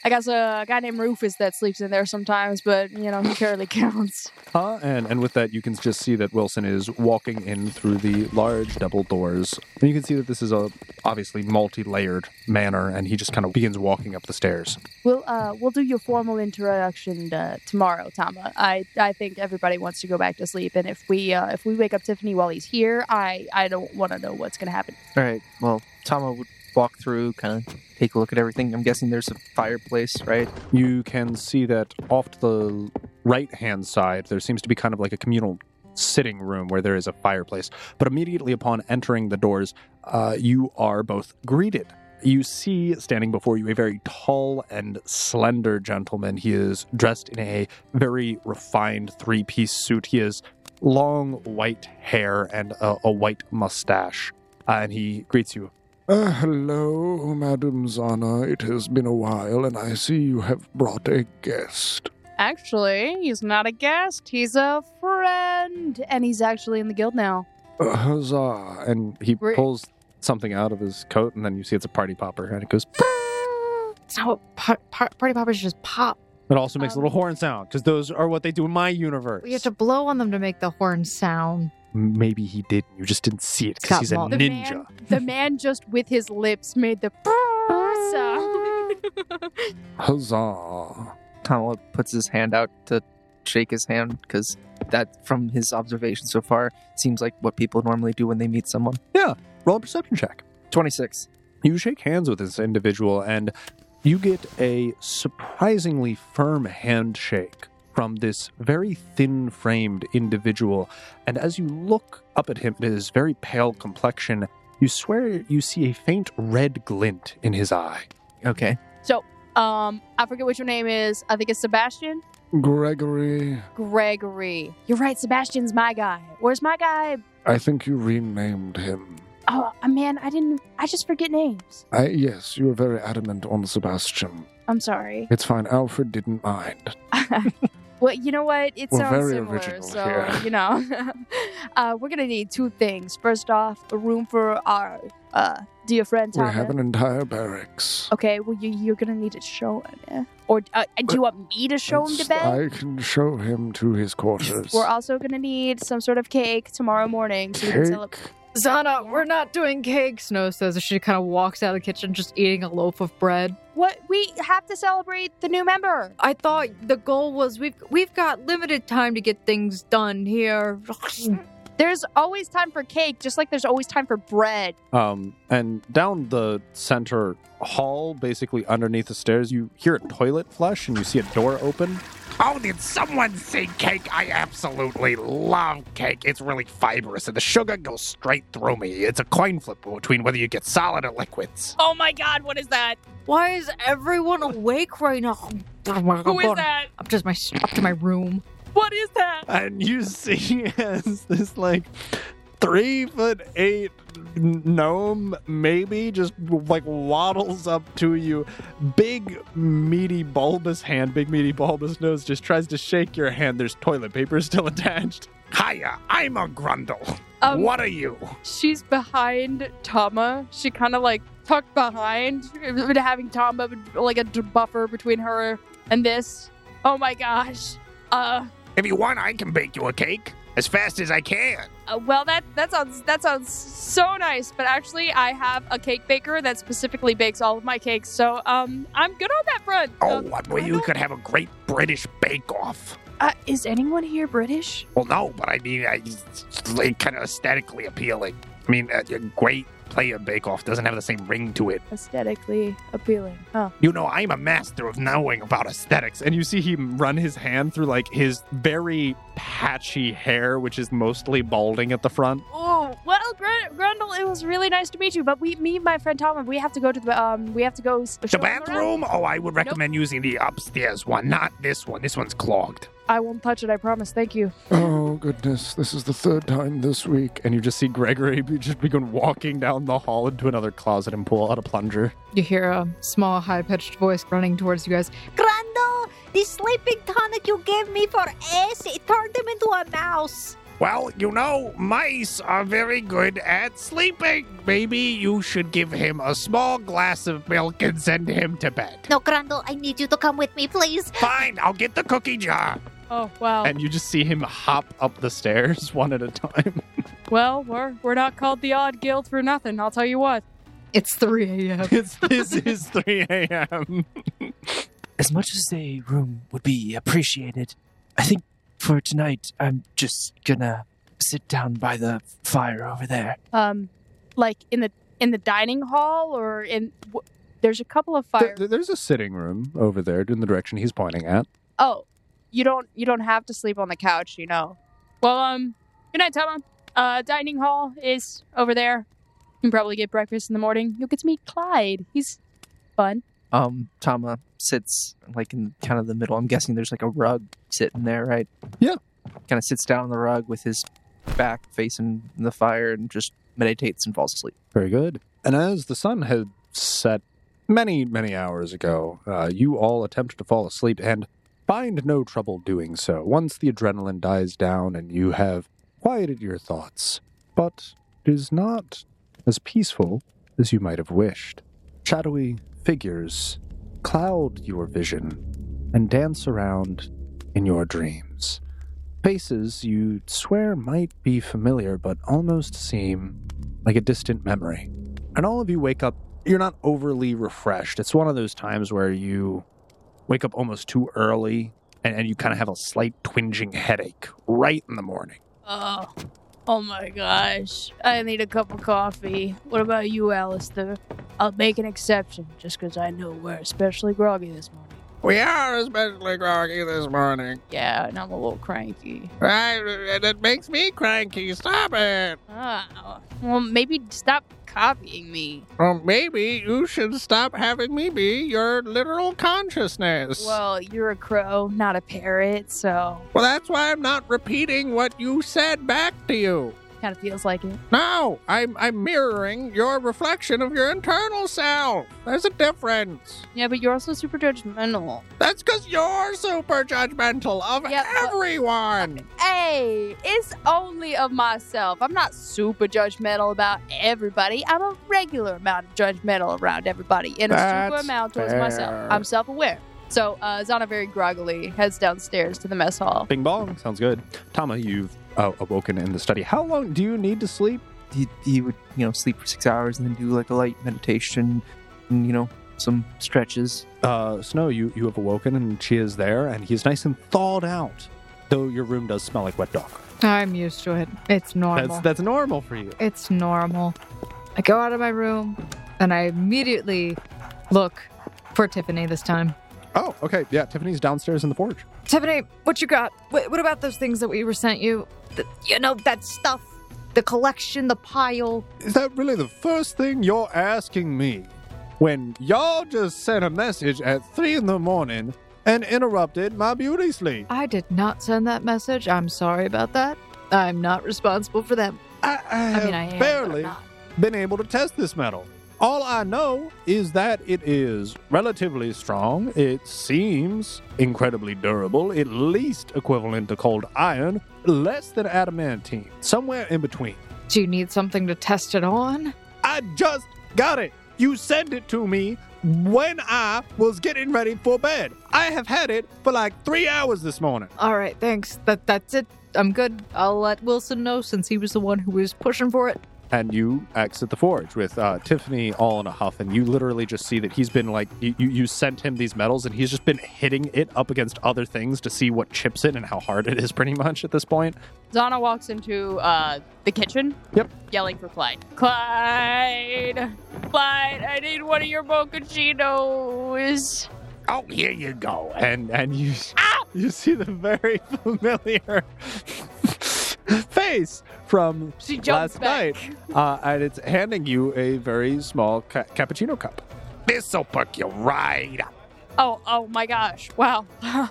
Speaker 2: I got a guy named Rufus that sleeps in there sometimes, but you know, he barely counts.
Speaker 4: Uh, and, and with that, you can just see that Wilson is walking in through the large double doors. And you can see that this is a obviously multi layered manor, and he just kind of begins walking up the stairs.
Speaker 2: We'll uh, we'll do your formal introduction uh, tomorrow, Tama. I I think everybody wants to go back to sleep, and if we uh, if we wake up Tiffany while he's here, I I don't want to know what's gonna happen.
Speaker 6: All right. Well, Tama would walk through, kind of take a look at everything. I'm guessing there's a fireplace, right?
Speaker 4: You can see that off to the right hand side, there seems to be kind of like a communal sitting room where there is a fireplace. But immediately upon entering the doors, uh, you are both greeted. You see standing before you a very tall and slender gentleman. He is dressed in a very refined three piece suit. He has long white hair and a, a white mustache. Uh, and he greets you.
Speaker 7: Uh, hello, Madam Zana. It has been a while, and I see you have brought a guest.
Speaker 2: Actually, he's not a guest; he's a friend, and he's actually in the guild now.
Speaker 7: Uh, huzzah!
Speaker 4: And he
Speaker 2: Right.
Speaker 4: pulls something out of his coat, and then you see it's a party popper, and it goes.
Speaker 5: That's how par- par- party poppers just pop.
Speaker 4: It also makes
Speaker 2: Um,
Speaker 4: a little horn sound because those are what they do in my universe.
Speaker 5: You have to blow on them to make the horn sound.
Speaker 4: Maybe he did. You just didn't see it because
Speaker 5: Stop
Speaker 4: he's a
Speaker 5: malt.
Speaker 2: The
Speaker 4: ninja.
Speaker 2: man, the man just with his lips made the sound.
Speaker 7: Huzzah!
Speaker 6: Tama puts his hand out to shake his hand because that, from his observation so far, seems like what people normally do when they meet someone.
Speaker 4: Roll a perception check.
Speaker 6: 26.
Speaker 4: You shake hands with this individual, and you get a surprisingly firm handshake from this very thin framed individual. And as you look up at him, at his very pale complexion, you swear you see a faint red glint in his eye.
Speaker 6: Okay.
Speaker 2: um, I forget what your name is. I think it's Sebastian.
Speaker 7: Gregory,
Speaker 2: Gregory. You're right, Sebastian's my guy. Where's my guy?
Speaker 7: I think you renamed him.
Speaker 2: Oh uh, man, I didn't I just forget names.
Speaker 7: I, yes, you were very adamant on Sebastian.
Speaker 2: I'm sorry.
Speaker 7: It's fine. Alfred didn't mind.
Speaker 2: well, you know what? It
Speaker 7: We're
Speaker 2: sounds
Speaker 7: very
Speaker 2: similar,
Speaker 7: original
Speaker 2: so
Speaker 7: here.
Speaker 2: you know. uh, we're gonna need two things. First off, a room for our uh dear friend
Speaker 7: We
Speaker 2: Thomas.
Speaker 7: have an entire barracks.
Speaker 2: Okay, well you, you're gonna need to show him, yeah? or uh, do you want me to show him to bed?
Speaker 7: I can show him to his quarters.
Speaker 2: We're also gonna need some sort of cake tomorrow morning. So we can
Speaker 7: Cake.
Speaker 2: cele-
Speaker 3: Zana,
Speaker 2: Yeah.
Speaker 3: we're not doing cake.
Speaker 5: Snow says as she kind of walks out of the kitchen just eating a loaf of bread.
Speaker 2: what we have to celebrate the new member.
Speaker 3: I thought the goal was we've
Speaker 5: We've got limited time to get things done here.
Speaker 2: There's always time for cake, just like there's always time for bread.
Speaker 4: Um, and down the center hall, basically underneath the stairs, you hear a toilet flush and you see a door open.
Speaker 10: Oh, did someone say cake? I absolutely love cake. It's really fibrous, and the sugar goes straight through me. It's a coin flip between whether you get solid or liquids.
Speaker 2: Oh my god, what is that?
Speaker 5: Why is everyone awake right now?
Speaker 2: Who is that?
Speaker 5: Up to my up to my room.
Speaker 2: What is that?
Speaker 4: And you see as this like three foot eight
Speaker 7: gnome maybe just like waddles up to you big meaty bulbous hand big meaty bulbous nose just tries to shake your hand there's toilet paper still attached
Speaker 10: Hiya, I'm a grundle.
Speaker 2: Um,
Speaker 10: what are you?
Speaker 2: She's behind Tama. She kind of like tucked behind, having Tama like a d- buffer between her and this. Oh my gosh. Uh,
Speaker 10: If you want, I can bake you a cake as fast as I can.
Speaker 2: uh, well, that that sounds that sounds so nice. But actually, I have a cake baker that specifically bakes all of my cakes, so um, I'm good on that front.
Speaker 10: Oh,
Speaker 2: Um,
Speaker 10: what well, you could have a great British bake off.
Speaker 2: uh, is anyone here British?
Speaker 10: Well, no, but I mean, I, it's like kind of aesthetically appealing. I mean, a a great player bake off doesn't have the same ring to it.
Speaker 2: Aesthetically appealing, huh?
Speaker 10: You know, I'm a master of knowing about aesthetics.
Speaker 4: and you see him run his hand through like his very patchy hair, which is mostly balding at the front.
Speaker 2: Oh well, Gr- Grundle, it was really nice to meet you. But we, me, and my friend Tama, we have to go to the um, we have to go. s- show
Speaker 10: The
Speaker 2: him around.
Speaker 10: bathroom? Oh, I would recommend using the upstairs one, not this one. This one's clogged.
Speaker 2: I won't touch it. I promise. Thank you.
Speaker 7: oh goodness this is the third time this week
Speaker 4: And you just see Gregory be- just begin walking down the hall into another closet and pull out a plunger.
Speaker 3: You hear a small, high pitched voice running towards you guys.
Speaker 8: Grando, the sleeping tonic you gave me for ass, it turned him into a mouse.
Speaker 10: Well, you know, mice are very good at sleeping. Maybe you should give him a small glass of milk and send him to bed.
Speaker 8: No, Grando, I need you to come with me, please.
Speaker 10: Fine, I'll get the cookie jar.
Speaker 2: Oh wow.
Speaker 4: And you just see him hop up the stairs one at a time.
Speaker 2: well, we're we're not called the Odd Guild for nothing. I'll tell you what.
Speaker 3: It's 3 a.m.
Speaker 4: It's, this is 3 a.m.
Speaker 6: As much as a room would be appreciated, I think for tonight I'm just gonna sit down by the fire over there.
Speaker 2: Um, like in the in the dining hall or in. W- there's a couple of
Speaker 4: There-
Speaker 2: fire.
Speaker 4: there's a sitting room over there in the direction he's pointing at.
Speaker 2: oh, you don't you don't have to sleep on the couch. You know. Well, um, good night, Tama. Uh, dining hall is over there. You can probably get breakfast in the morning. You'll get to meet Clyde. He's fun.
Speaker 6: Um, Tama sits like in kind of the middle. I'm guessing there's like a rug sitting there, right?
Speaker 4: Yeah.
Speaker 6: Kind of sits down on the rug with his back facing the fire and just meditates and falls asleep.
Speaker 4: Very good. And as the sun had set many, many hours ago, uh, you all attempted to fall asleep and find no trouble doing so once the adrenaline dies down and you have quieted your thoughts. But it is not as peaceful as you might have wished. Shadowy figures cloud your vision and dance around in your dreams. Faces you swear might be familiar, but almost seem like a distant memory. And all of you wake up, you're not overly refreshed. It's one of those times where you wake up almost too early and, and you kind of have a slight twinging headache right in the morning.
Speaker 2: Oh, oh my gosh. I need a cup of coffee. What about you, Alistair? I'll make an exception just because I know we're especially groggy this morning.
Speaker 7: we are especially groggy this morning
Speaker 2: Yeah, and I'm a little cranky.
Speaker 7: right and it makes me cranky stop it
Speaker 2: Ah, well, maybe stop copying me.
Speaker 7: or maybe you should stop having me be your literal consciousness
Speaker 2: Well, you're a crow, not a parrot, so
Speaker 7: Well, that's why I'm not repeating what you said back to you.
Speaker 2: kind of feels like it.
Speaker 7: No, I'm, I'm mirroring your reflection of your internal self. There's a difference.
Speaker 2: Yeah, but you're also super judgmental.
Speaker 7: That's because you're super judgmental of
Speaker 2: Yeah, but-
Speaker 7: everyone.
Speaker 2: Hey, it's only of myself. I'm not super judgmental about everybody. I'm a regular amount of judgmental around everybody and a super
Speaker 7: That's
Speaker 2: amount towards myself.
Speaker 7: fair.
Speaker 2: I'm self aware. So uh, Zana very groggily heads downstairs to the mess hall.
Speaker 4: Oh, Bing bong. Sounds good. Tama, you've uh, awoken in the study. How long do you need to sleep?
Speaker 6: He, he would, you know, sleep for six hours and then do like a light meditation and, you know, some stretches.
Speaker 4: Uh, Snow, you, you have awoken and she is there and he's nice and thawed out, though your room does smell like wet dog.
Speaker 3: I'm used to it. It's normal.
Speaker 4: That's, that's normal for you.
Speaker 3: It's normal. I go out of my room and I immediately look for Tiffany this time.
Speaker 4: Oh, okay. Yeah, Tiffany's downstairs in the forge.
Speaker 3: Tiffany, what you got? What, what about those things that we were sent you?
Speaker 8: The- you know, that stuff.
Speaker 5: The collection, the pile.
Speaker 4: Is that really the first thing you're asking me?
Speaker 7: When y'all just sent a message at three in the morning and interrupted my beauty sleep.
Speaker 3: I did not send that message. I'm sorry about that. I'm not responsible for them.
Speaker 7: I, I
Speaker 3: I mean, I am. but I'm
Speaker 7: barely
Speaker 3: not.
Speaker 4: been able to test this metal. All I know is that it is relatively strong. It seems incredibly durable, at least equivalent to cold iron, less than adamantine, somewhere in between.
Speaker 3: Do you need something to test it on?
Speaker 4: I just got it. You sent it to me when I was getting ready for bed. I have had it for like three hours this morning.
Speaker 3: All right, thanks. That that's it. I'm good. I'll let Wilson know since he was the one who was pushing for it.
Speaker 4: And you exit the forge with uh, Tiffany all in a huff, and you literally just see that he's been like, you, you, you sent him these medals, and he's just been hitting it up against other things to see what chips it and how hard it is, pretty much at this point.
Speaker 2: Zana walks into uh, the kitchen.
Speaker 4: Yep.
Speaker 2: Yelling for Clyde. Clyde! Clyde, I need one of your mochaccinos.
Speaker 10: Oh, here you go.
Speaker 4: and and you
Speaker 3: Ah!
Speaker 4: you see the very familiar face from
Speaker 2: She jumps
Speaker 4: last
Speaker 2: back.
Speaker 4: night, uh, and it's handing you a very small ca- cappuccino cup.
Speaker 10: This'll perk you right up.
Speaker 2: Oh, oh my gosh. Wow. I,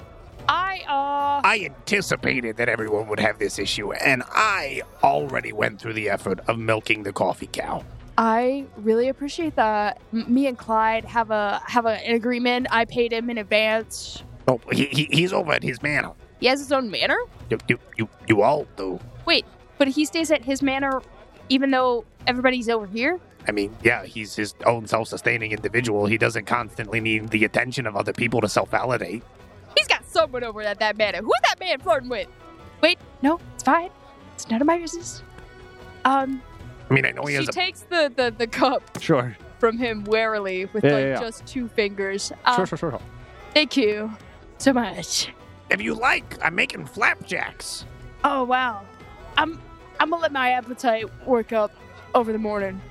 Speaker 2: uh.
Speaker 10: I anticipated that everyone would have this issue, and I already went through the effort of milking the coffee cow.
Speaker 2: I really appreciate that. M- me and Clyde have a have a, an agreement. I paid him in advance.
Speaker 10: Oh, he, he, he's over at his manor.
Speaker 2: He has his own manor?
Speaker 10: You, you, you, you all do.
Speaker 2: Wait, but he stays at his manor even though everybody's over here?
Speaker 10: I mean, yeah, he's his own self sustaining individual. He doesn't constantly need the attention of other people to self validate.
Speaker 2: He's got someone over at that manor. Who's that man flirting with? Wait, no, it's fine. It's none of my business. Um,
Speaker 10: I mean, I know he
Speaker 2: she
Speaker 10: has a.
Speaker 2: takes the, the, the cup
Speaker 4: Sure,
Speaker 2: from him warily with
Speaker 4: Yeah,
Speaker 2: like
Speaker 4: yeah, yeah.
Speaker 2: just two fingers. Um,
Speaker 4: sure, sure, sure, sure.
Speaker 2: Thank you so much.
Speaker 10: if you like, I'm making flapjacks.
Speaker 2: Oh wow, I'm I'm gonna let my appetite work up over the morning.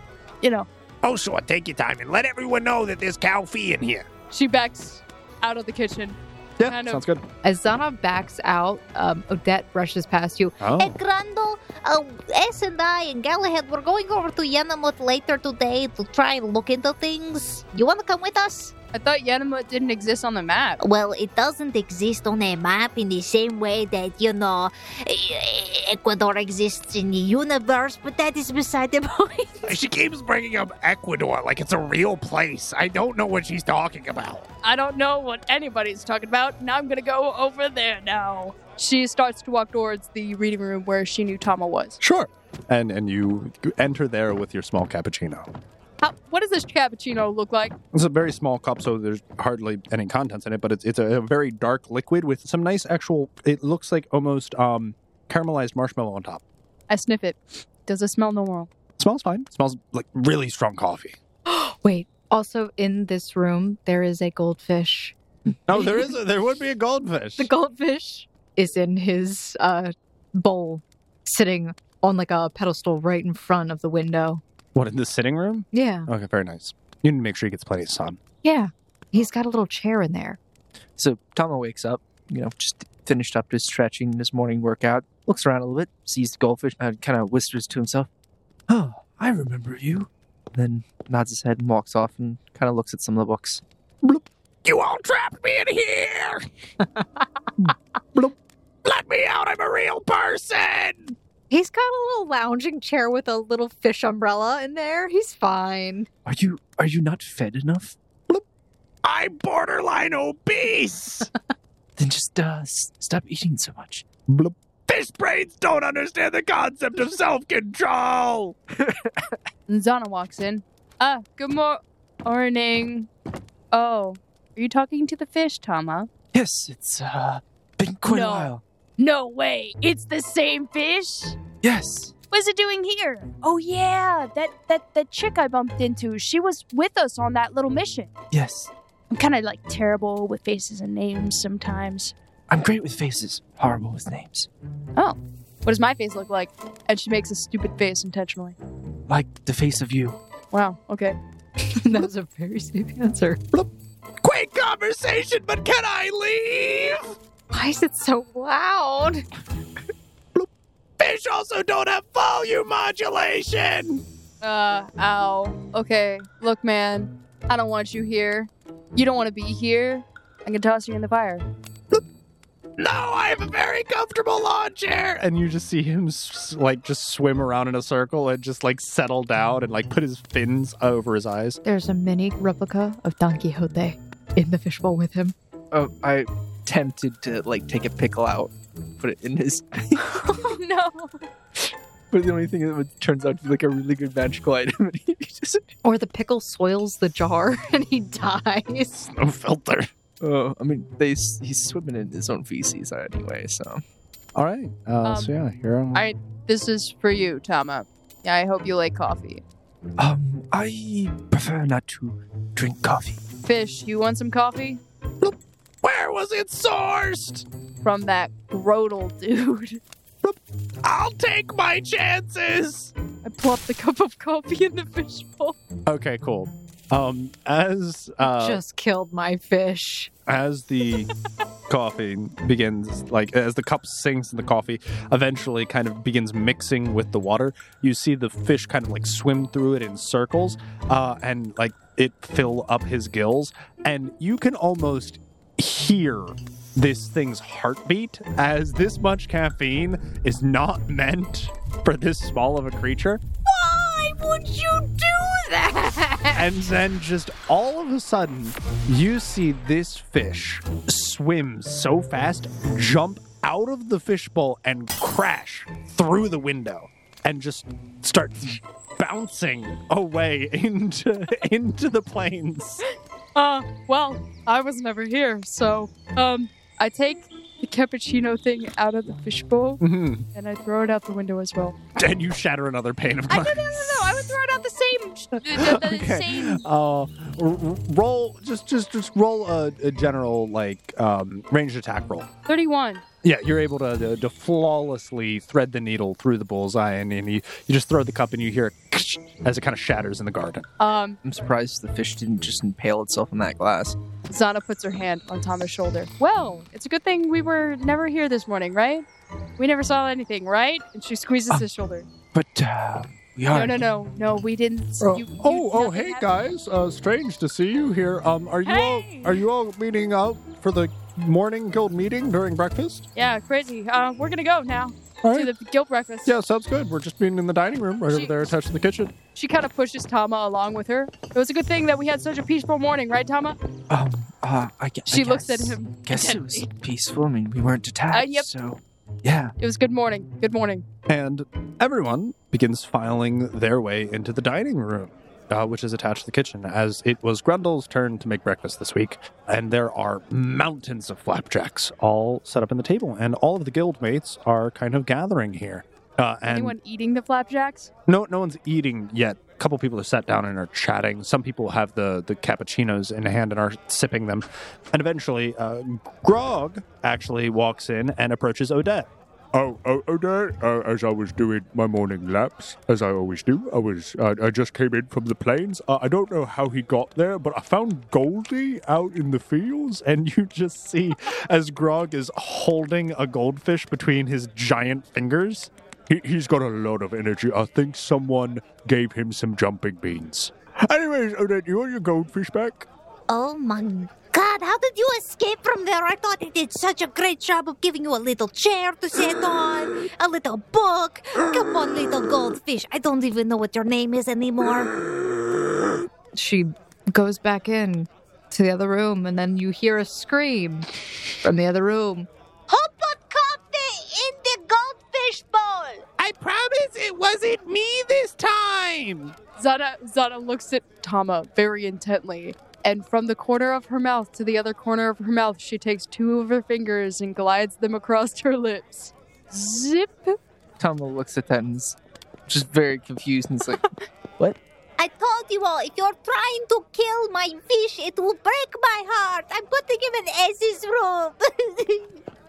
Speaker 2: You know,
Speaker 10: Oh, sure, take your time and let everyone know that there's cow fee in here.
Speaker 2: she backs out of the kitchen.
Speaker 4: Yeah,
Speaker 2: Kind of.
Speaker 4: sounds good.
Speaker 5: As Zana backs out, um, Odette rushes past you.
Speaker 4: Oh,
Speaker 8: Hey, Grando, uh, S and I and Galahad, we're going over to Yanamoth later today to try and look into things. You want to come with us?
Speaker 2: I thought Yanamut didn't exist on the map.
Speaker 8: Well, it doesn't exist on a map in the same way that, you know, E-, Ecuador exists in the universe, but that is beside the point.
Speaker 10: She keeps bringing up Ecuador like it's a real place. I don't know what she's talking about.
Speaker 2: I don't know what anybody's talking about. Now I'm gonna go over there now. She starts to walk towards the reading room where she knew Tama was.
Speaker 4: sure. And and you enter there with your small cappuccino.
Speaker 2: How, what does this cappuccino look like?
Speaker 4: It's a very small cup, so there's hardly any contents in it, but it's it's a, a very dark liquid with some nice actual. It looks like almost um caramelized marshmallow on top.
Speaker 2: I sniff it. Does it smell normal?
Speaker 4: Smells fine. Smells like really strong coffee.
Speaker 5: Wait, also in this room, there is a goldfish.
Speaker 4: No, there is. A, there would be a goldfish.
Speaker 5: The goldfish is in his uh, bowl, sitting on like a pedestal right in front of the window.
Speaker 4: what in the sitting room?
Speaker 5: Yeah.
Speaker 4: Okay, very nice. You need to make sure he gets plenty of sun.
Speaker 5: Yeah. He's got a little chair in there.
Speaker 6: So Tama wakes up, you know, just finished up his stretching, his morning workout, looks around a little bit, sees the goldfish, and kind of whispers to himself, Oh, I remember you. Then nods his head and walks off and kind of looks at some of the books.
Speaker 10: You all trapped me in here! Let me out, I'm a real person!
Speaker 5: He's got a little lounging chair with a little fish umbrella in there. He's fine.
Speaker 6: Are you are you not fed enough?
Speaker 10: I'm borderline obese!
Speaker 6: Then just uh, s- stop eating so much.
Speaker 10: Fish brains don't understand the concept of self control!
Speaker 2: And Zana walks in. Ah, good mor- morning. Oh, are you talking to the fish, Tama?
Speaker 6: Yes, it's uh, been quite
Speaker 2: No.
Speaker 6: a while.
Speaker 2: No way. It's the same fish.
Speaker 6: Yes.
Speaker 2: What's it doing here? Oh yeah, that that that chick I bumped into. She was with us on that little mission.
Speaker 6: Yes.
Speaker 2: I'm kind of like terrible with faces and names sometimes.
Speaker 6: I'm great with faces, horrible with names.
Speaker 2: Oh, What does my face look like? And she makes a stupid face intentionally.
Speaker 6: Like the face of you.
Speaker 2: Wow. Okay.
Speaker 5: that was a very safe answer.
Speaker 10: Quick conversation, but can I leave?
Speaker 5: Why is it so loud?
Speaker 10: Fish also don't have volume modulation!
Speaker 2: Uh, ow. Okay, look, man, I don't want you here. You don't want to be here. I can toss you in the fire.
Speaker 3: No, I have a very comfortable lawn chair.
Speaker 4: and you just see him s- like just swim around in a circle and just like settle down and like put his fins over his eyes.
Speaker 5: There's a mini replica of Don Quixote in the fishbowl with him.
Speaker 6: Oh, I tempted to like take a pickle out, put it in his.
Speaker 2: Oh,
Speaker 11: no.
Speaker 6: But the only thing that would- turns out to be like a really good magical item. and he just-
Speaker 12: Or the pickle soils the jar and he dies.
Speaker 13: No filter.
Speaker 6: oh, I mean, they s- he's swimming in his own feces anyway, so.
Speaker 4: All right. Uh, so yeah, you're on.
Speaker 2: I- This is for you, Tama. I hope you like coffee.
Speaker 6: Um, I prefer not to drink coffee.
Speaker 2: Fish, you want some coffee?
Speaker 3: Where was it sourced?
Speaker 2: From that grodel dude.
Speaker 3: I'll take my chances.
Speaker 2: I plopped the cup of coffee in the fishbowl.
Speaker 4: okay, cool. Um, as uh,
Speaker 12: Just killed my fish.
Speaker 4: as the coffee begins like as the cup sinks and the coffee eventually kind of begins mixing with the water you see the fish kind of like swim through it in circles uh, and like it fill up his gills and you can almost hear this thing's heartbeat as this much caffeine is not meant for this small of a creature
Speaker 8: Why would you do that?
Speaker 4: and then just all of a sudden, you see this fish swim so fast, jump out of the fishbowl, and crash through the window and just start bouncing away into into the plains.
Speaker 2: Uh, well, I was never here, so, um, I take the cappuccino thing out of the fishbowl
Speaker 4: Mhm.
Speaker 3: Mm-hmm.
Speaker 2: and I throw it out the window as well.
Speaker 4: And you shatter another pane of
Speaker 11: I, no,
Speaker 4: glass.
Speaker 11: no, no, no. I would throw it out the same. The, the, the same.
Speaker 4: Uh, r- r- roll just just just roll a, a general like um, ranged attack roll.
Speaker 2: 31.
Speaker 4: Yeah, you're able to, to, to flawlessly thread the needle through the bullseye, and, and you, you just throw the cup, and you hear it as it kind of shatters in the garden.
Speaker 2: Um,
Speaker 6: I'm surprised the fish didn't just impale itself in that glass.
Speaker 2: Zana puts her hand on Tama's shoulder. Well, it's a good thing we were never here this morning, right? We never saw anything, right? And she squeezes
Speaker 3: Ah,
Speaker 2: his shoulder.
Speaker 6: But uh, we
Speaker 2: No,
Speaker 6: are.
Speaker 2: no, no, no. We didn't.
Speaker 3: Oh,
Speaker 2: you- you-
Speaker 3: oh, oh,
Speaker 2: nothing
Speaker 3: hey
Speaker 2: happened.
Speaker 3: guys. Uh, strange to see you here. Um, are you
Speaker 2: Hey!
Speaker 3: all are you all meeting out for the morning guild meeting during breakfast?
Speaker 2: Yeah, crazy. Uh, we're gonna go now
Speaker 3: All
Speaker 2: to
Speaker 3: right.
Speaker 2: the guild breakfast.
Speaker 3: Yeah, sounds good. We're just meeting in the dining room right
Speaker 2: She-
Speaker 3: over there, attached to the kitchen.
Speaker 2: She kind of pushes Tama along with her. It was a good thing that we had such a peaceful morning, right, Tama?
Speaker 6: Um, uh, I gue- I
Speaker 2: She looks at
Speaker 6: guess-
Speaker 2: him.
Speaker 6: Guess it was peaceful. I mean, we weren't attacked.
Speaker 2: Uh, yep.
Speaker 6: So, yeah.
Speaker 2: It was good morning. Good morning.
Speaker 4: And everyone begins filing their way into the dining room, uh, which is attached to the kitchen, as it was Grundle's turn to make breakfast this week. And there are mountains of flapjacks all set up on the table, and all of the guildmates are kind of gathering here. Uh, and
Speaker 2: Anyone eating the flapjacks?
Speaker 4: No, no one's eating yet. A couple people have sat down and are chatting. Some people have the the cappuccinos in hand and are sipping them. And eventually, uh, Grog actually walks in and approaches Odette.
Speaker 3: Oh, oh, okay. Uh, as I was doing my morning laps, as I always do, I was uh, I just came in from the plains. Uh, I don't know how he got there, but I found Goldie out in the fields.
Speaker 4: And you just see as Grog is holding a goldfish between his giant fingers.
Speaker 3: He, he's got a lot of energy. I think someone gave him some jumping beans. Anyways, Odette, you want your goldfish back?
Speaker 8: Oh my god, how did you escape from there? I thought they did such a great job of giving you a little chair to sit on, a little book. Come on, little goldfish. I don't even know what your name is anymore.
Speaker 5: She goes back in to the other room, and then you hear a scream from the other room.
Speaker 8: Who put coffee in the goldfish bowl?
Speaker 13: I promise it wasn't me this time.
Speaker 2: Zana Zana looks at Tama very intently, and from the corner of her mouth to the other corner of her mouth, she takes two of her fingers and glides them across her lips. Zip.
Speaker 6: Tama looks at that and is just very confused and is like,
Speaker 8: I told you all, if you're trying to kill my fish, it will break my heart. I'm putting him in Ez's room.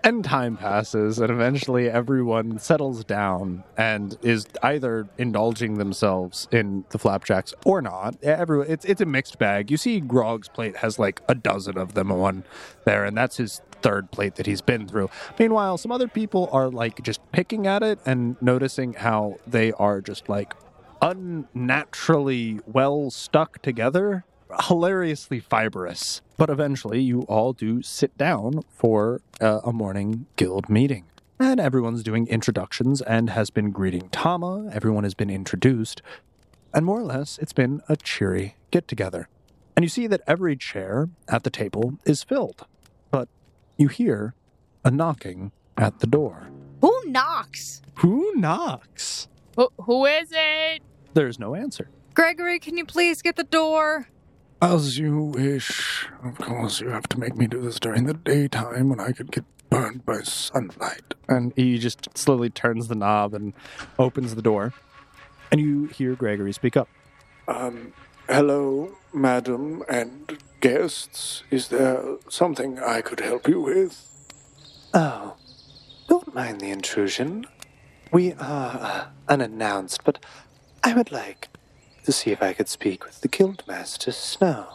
Speaker 4: And time passes, and eventually everyone settles down and is either indulging themselves in the flapjacks or not. Everyone, it's it's a mixed bag. You see, Grog's plate has like a dozen of them on there, and that's his third plate that he's been through. Meanwhile, some other people are like just picking at it and noticing how they are just like unnaturally well stuck together hilariously fibrous. But eventually, you all do sit down for uh, a morning guild meeting. And everyone's doing introductions and has been greeting Tama. Everyone has been introduced. And more or less, it's been a cheery get together. And you see that every chair at the table is filled. But you hear a knocking at the door.
Speaker 14: Who knocks?
Speaker 4: Who knocks?
Speaker 15: Who, who is it?
Speaker 4: There is no answer.
Speaker 5: Gregory, can you please get the door?
Speaker 16: As you wish. Of course, you have to make me do this during the daytime when I could get burned by sunlight.
Speaker 4: And he just slowly turns the knob and opens the door. And you hear Gregory speak up.
Speaker 16: Um, hello, madam and guests. Is there something I could help you with?
Speaker 17: Oh, don't mind the intrusion. We are uh, unannounced, but I would like to see if I could speak with the Guildmaster Snow.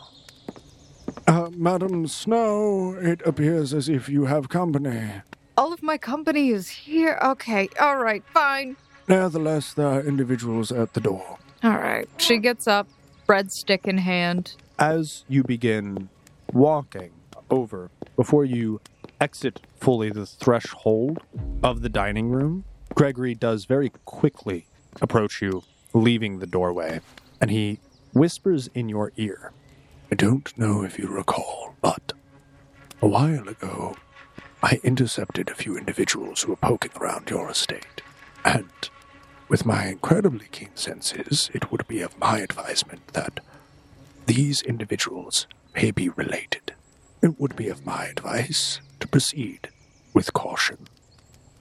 Speaker 16: Uh, Madam Snow, it appears as if you have company.
Speaker 5: All of my company is here. Okay, all right, fine.
Speaker 16: Nevertheless, there are individuals at the door.
Speaker 5: All right. She gets up, breadstick in hand.
Speaker 4: As you begin walking over, before you exit fully the threshold of the dining room, Gregory does very quickly approach you, leaving the doorway, and he whispers in your ear.
Speaker 16: I don't know if you recall, but a while ago, I intercepted a few individuals who were poking around your estate. And with my incredibly keen senses, it would be of my advisement that these individuals may be related. It would be of my advice to proceed with caution.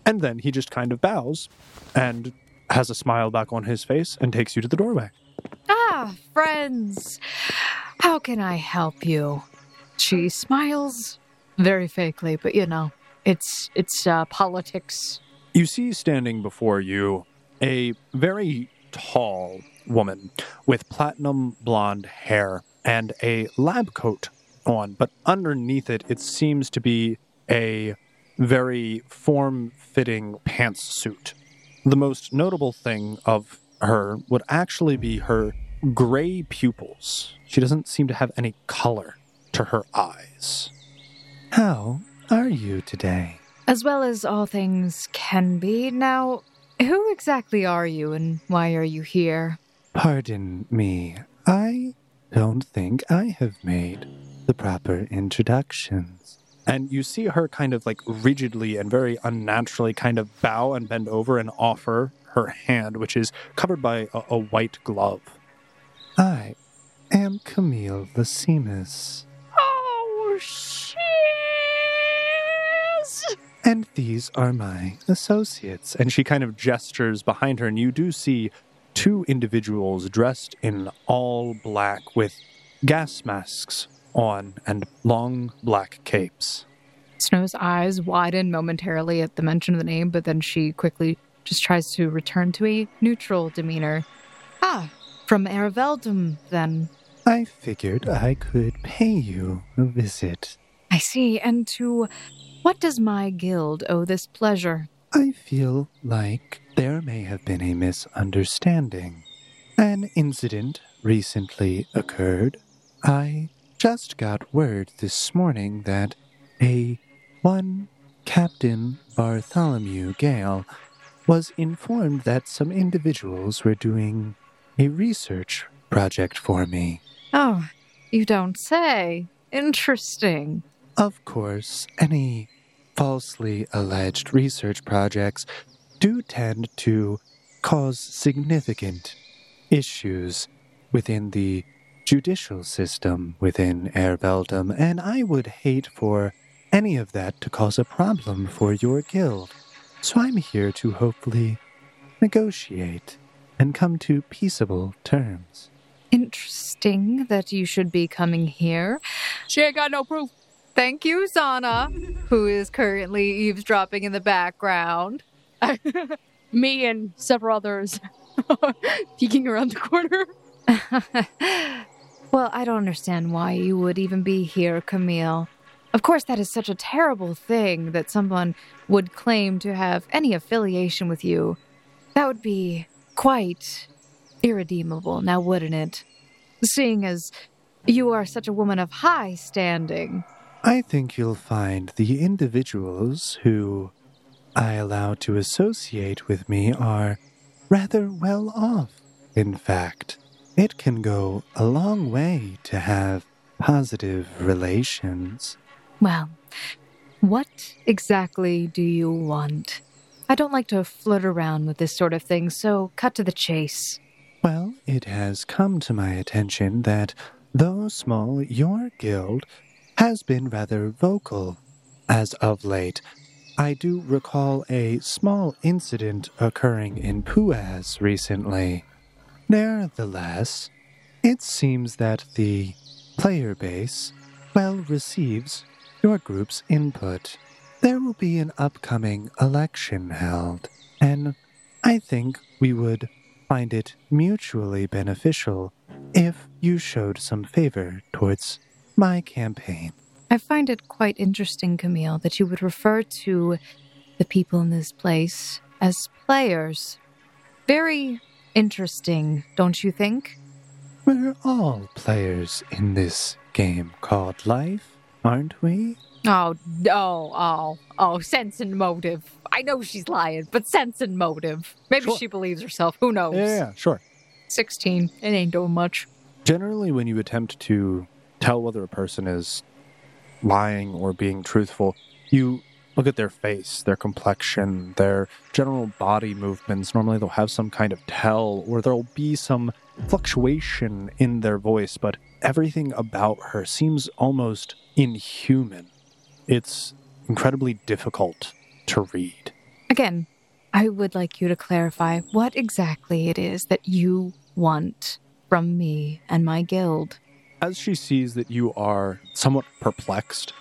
Speaker 4: And then he just kind of bows and has a smile back on his face and takes you to the doorway.
Speaker 5: Ah, friends, how can I help you? She smiles very fakely, but you know, it's it's uh, politics.
Speaker 4: You see standing before you a very tall woman with platinum blonde hair and a lab coat on, but underneath it, it seems to be a very form fitting pantsuit. The most notable thing of her would actually be her gray pupils. She doesn't seem to have any color to her eyes.
Speaker 17: How are you today?
Speaker 5: As well as all things can be. Now, who exactly are you and why are you here?
Speaker 17: Pardon me, I don't think I have made the proper introductions.
Speaker 4: And you see her kind of like rigidly and very unnaturally kind of bow and bend over and offer her hand, which is covered by a, a white glove.
Speaker 17: I am Camille Lassimus,
Speaker 15: Oh, shiz!
Speaker 17: and these are my associates.
Speaker 4: And she kind of gestures behind her, and you do see two individuals dressed in all black with gas masks on and long black capes.
Speaker 5: Snow's eyes widen momentarily at the mention of the name, but then she quickly just tries to return to a neutral demeanor. Ah, from Araveldum, then.
Speaker 17: I figured I could pay you a visit.
Speaker 5: I see. And to what does my guild owe this pleasure?
Speaker 17: I feel like there may have been a misunderstanding. An incident recently occurred. I just got word this morning that a one Captain Bartholomew Gale was informed that some individuals were doing a research project for me.
Speaker 5: Oh, you don't say. Interesting.
Speaker 17: Of course, any falsely alleged research projects do tend to cause significant issues within the judicial system within Airveldum, and I would hate for any of that to cause a problem for your guild. So I'm here to hopefully negotiate and come to peaceable terms.
Speaker 5: Interesting that you should be coming here.
Speaker 2: She ain't got no proof.
Speaker 5: Thank you, Zana, who is currently eavesdropping in the background.
Speaker 2: Me and several others peeking around the corner.
Speaker 5: Well, I don't understand why you would even be here, Camille. Of course, that is such a terrible thing that someone would claim to have any affiliation with you. That would be quite irredeemable, now wouldn't it? Seeing as You are such a woman of high standing.
Speaker 17: I think you'll find the individuals who I allow to associate with me are rather well off. In fact, it can go a long way to have positive relations.
Speaker 5: Well, what exactly do you want? I don't like to flirt around with this sort of thing, so cut to the chase.
Speaker 17: Well, it has come to my attention that, though small, your guild has been rather vocal as of late. I do recall a small incident occurring in Puaz recently. Nevertheless, it seems that the player base well receives your group's input. There will be an upcoming election held, and I think we would find it mutually beneficial if you showed some favor towards my campaign.
Speaker 5: I find it quite interesting, Camille, that you would refer to the people in this place as players. Very interesting, don't you think?
Speaker 17: We're all players in this game called life, aren't we?
Speaker 18: Oh, oh, oh, oh, sense and motive. I know she's lying, but sense and motive. Maybe she believes herself. Who knows?
Speaker 4: Yeah, sure.
Speaker 18: 16. It ain't doing much.
Speaker 4: Generally, when you attempt to tell whether a person is lying or being truthful, you look at their face, their complexion, their general body movements. Normally, they'll have some kind of tell, or there'll be some fluctuation in their voice, but everything about her seems almost inhuman. It's incredibly difficult to read.
Speaker 5: Again, I would like you to clarify what exactly it is that you want from me and my guild.
Speaker 4: As she sees that you are somewhat perplexed,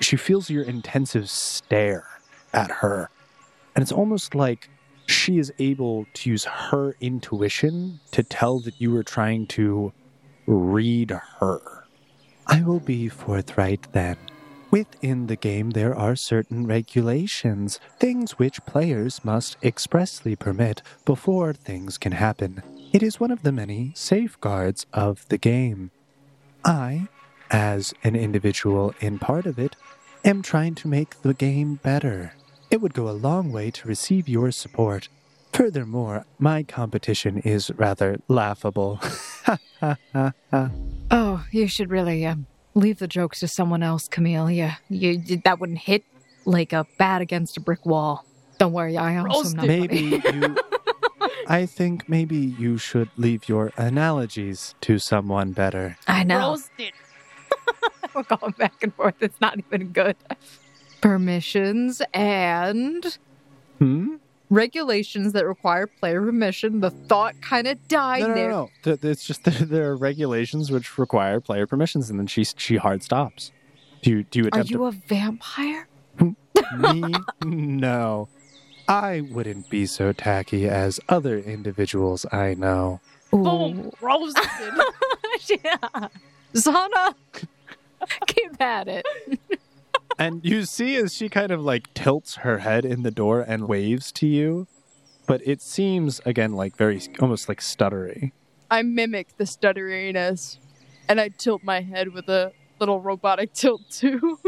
Speaker 4: she feels your intensive stare at her. And it's almost like she is able to use her intuition to tell that you are trying to read her.
Speaker 17: I will be forthright then. Within the game, there are certain regulations, things which players must expressly permit before things can happen. It is one of the many safeguards of the game. I, as an individual in part of it, am trying to make the game better. It would go a long way to receive your support. Furthermore, my competition is rather laughable.
Speaker 5: Oh, you should really um, leave the jokes to someone else, Camille. Yeah, you, you- that wouldn't hit like a bat against a brick wall. Don't worry, I also am not
Speaker 17: Maybe
Speaker 5: funny.
Speaker 17: you. I think maybe you should leave your analogies to someone better.
Speaker 5: I know.
Speaker 19: Roasted.
Speaker 5: We're going back and forth. It's not even good. Permissions and
Speaker 4: Hmm?
Speaker 18: Regulations that require player permission. The thought kind of died
Speaker 4: No, no,
Speaker 18: there.
Speaker 4: no, no. Th- th- It's just that there are regulations which require player permissions, and then she she hard stops. Do you do you
Speaker 5: Are
Speaker 4: attempt
Speaker 5: you a vampire?
Speaker 17: Me? No. I wouldn't be so tacky as other individuals I know.
Speaker 19: Boom. Roasted.
Speaker 18: yeah. Zana, keep at it.
Speaker 4: to? And you see, as she kind of like tilts her head in the door and waves to you, but it seems again like very almost like stuttery.
Speaker 2: I mimic the stutteriness, and I tilt my head with a little robotic tilt too.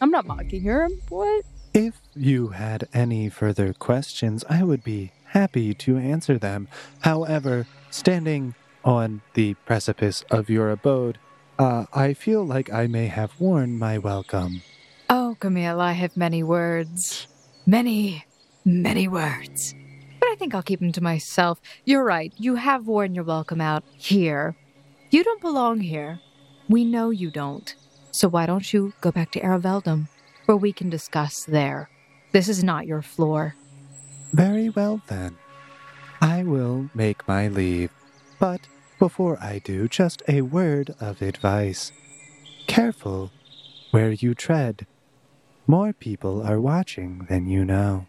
Speaker 2: I'm not mocking her. I'm what?
Speaker 17: If you had any further questions, I would be happy to answer them. However, standing on the precipice of your abode, uh, I feel like I may have worn my welcome.
Speaker 5: Oh, Camille, I have many words. Many, many words. But I think I'll keep them to myself. You're right. You have worn your welcome out here. You don't belong here. We know you don't. So why don't you go back to Araveldum, where we can discuss there? This is not your floor.
Speaker 17: Very well, then. I will make my leave. But before I do, just a word of advice careful where you tread. More people are watching than you know.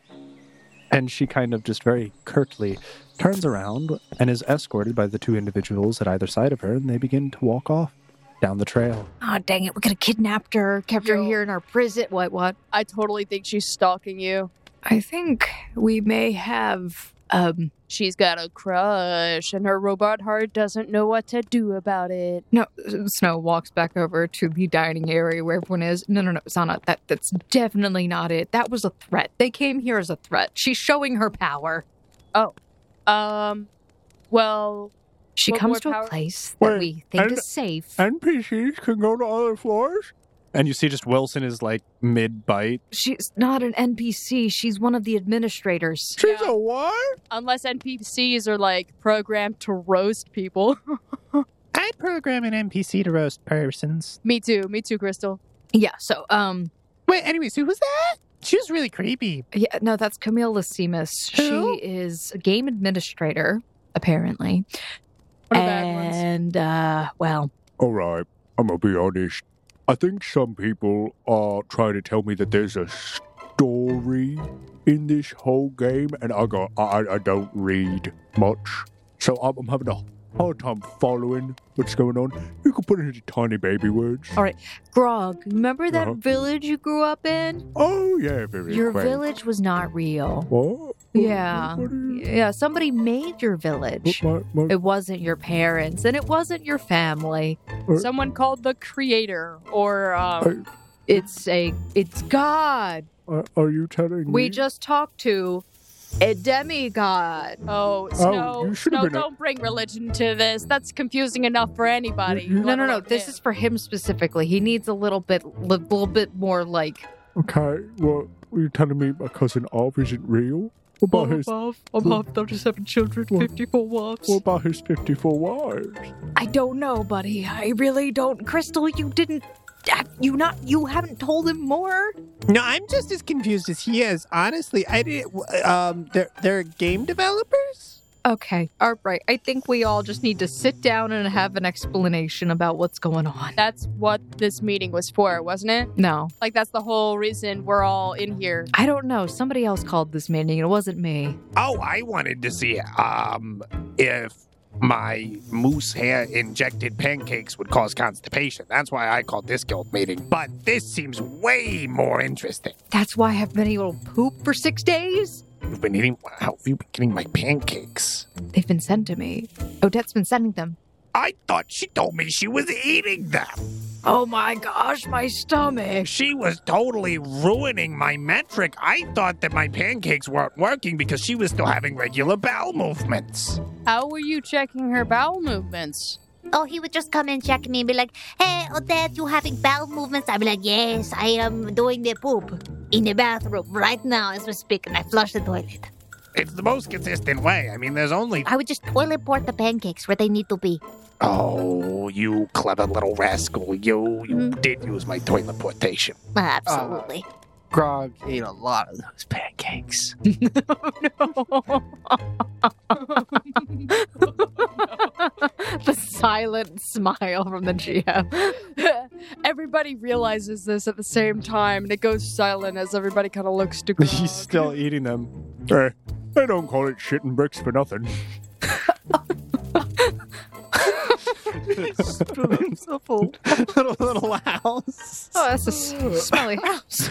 Speaker 4: And she kind of just very curtly turns around and is escorted by the two individuals at either side of her, and they begin to walk off down the trail.
Speaker 18: Oh, dang it. We could have kidnapped her, kept her here in our prison. What, what?
Speaker 2: I totally think she's stalking you.
Speaker 5: I think we may have Um,
Speaker 20: She's got a crush, and her robot heart doesn't know what to do about it.
Speaker 5: no, Snow walks back over to the dining area where everyone is. No, no, no, Sana, that, that's definitely not it. That was a threat. They came here as a threat. She's showing her power.
Speaker 20: Oh, um, well,
Speaker 5: She
Speaker 20: what
Speaker 5: comes
Speaker 20: more
Speaker 5: to
Speaker 20: power-
Speaker 5: a place that
Speaker 20: Wait,
Speaker 5: we think
Speaker 20: and-
Speaker 5: is safe.
Speaker 21: NPCs can go to other floors?
Speaker 4: And you see just Wilson is like mid bite.
Speaker 5: She's not an NPC. She's one of the administrators.
Speaker 21: She's a what?
Speaker 2: Unless NPCs are like programmed to roast people.
Speaker 4: I'd program an NPC to roast persons.
Speaker 2: me too. Me too, Crystal.
Speaker 5: Yeah. So, um,
Speaker 4: Wait, anyways, who was that? She was really creepy.
Speaker 5: yeah, no, that's Camille Lacimus.
Speaker 4: Who?
Speaker 5: She is a game administrator, apparently.
Speaker 2: One of the bad ones.
Speaker 5: And uh, well,
Speaker 3: All right, I'm gonna be honest. I think some people are trying to tell me that there's a story in this whole game, and I got I, I- I don't read much, so I'm, I'm having a hard time following what's going on. You can put it into tiny baby words.
Speaker 5: all right, Grog. Remember that
Speaker 3: Uh-huh.
Speaker 5: village you grew up in?
Speaker 3: Oh yeah, very
Speaker 5: Your
Speaker 3: quaint.
Speaker 5: village was not real.
Speaker 3: What?
Speaker 5: Yeah, yeah. Somebody made your village.
Speaker 3: My, my,
Speaker 5: It wasn't your parents, and it wasn't your family.
Speaker 2: Someone called the creator or um,
Speaker 5: It's a, it's God.
Speaker 3: are, are you telling
Speaker 5: We
Speaker 3: me?
Speaker 5: just talked to a demigod.
Speaker 2: oh
Speaker 3: Oh,
Speaker 2: Snow.
Speaker 3: you should've
Speaker 2: Snow,
Speaker 3: been a-
Speaker 2: don't bring religion to this. That's confusing enough for anybody.
Speaker 5: No, no, no. This is for him specifically. He needs a little bit, li- little bit more like
Speaker 3: okay, well, you're telling me my cousin Arv isn't real? What about his?
Speaker 22: above, above 37 children, 54 wives.
Speaker 3: What about his 54 wives?
Speaker 5: I don't know, buddy. I really don't. Crystal, you didn't. have You not. You haven't told him more.
Speaker 4: No, I'm just as confused as he is. Honestly, I didn't. Um, they're they're game developers.
Speaker 5: Okay. All right. I think we all just need to sit down and have an explanation about what's going on.
Speaker 2: That's what this meeting was for, wasn't it?
Speaker 5: No,
Speaker 2: Like that's the whole reason we're all in here.
Speaker 5: I don't know. Somebody else called this meeting. It wasn't me.
Speaker 10: Oh, I wanted to see um if my moose hair injected pancakes would cause constipation. That's why I called this guild meeting. But this seems way more interesting.
Speaker 5: That's why I've been able to poop for six days.
Speaker 10: You've been eating. How have you been getting my pancakes?
Speaker 5: They've been sent to me. Odette's been sending them.
Speaker 10: I thought she told me she was eating them.
Speaker 5: Oh my gosh, my stomach.
Speaker 10: She was totally ruining my metric. I thought that my pancakes weren't working because she was still having regular bowel movements.
Speaker 2: How were you checking her bowel movements?
Speaker 8: Oh, he would just come and check me and be like, hey, Odette, you having bowel movements? I'd be like, yes, I am doing the poop in the bathroom right now as we speak, and I flush the toilet.
Speaker 10: It's the most consistent way. I mean, there's only.
Speaker 8: I would just toilet board the pancakes where they need to be.
Speaker 10: Oh, you clever little rascal. You, you
Speaker 5: Mm-hmm.
Speaker 10: did use my toilet portation. Oh.
Speaker 8: Absolutely.
Speaker 15: Grog ate a lot of those pancakes.
Speaker 5: the silent smile from the GM.
Speaker 2: everybody realizes this at the same time, and it goes silent as everybody kind of looks to Grog.
Speaker 4: He's still eating them.
Speaker 3: Hey, they don't call it shit and bricks for nothing.
Speaker 4: little little house.
Speaker 5: Oh, that's a s- smelly house.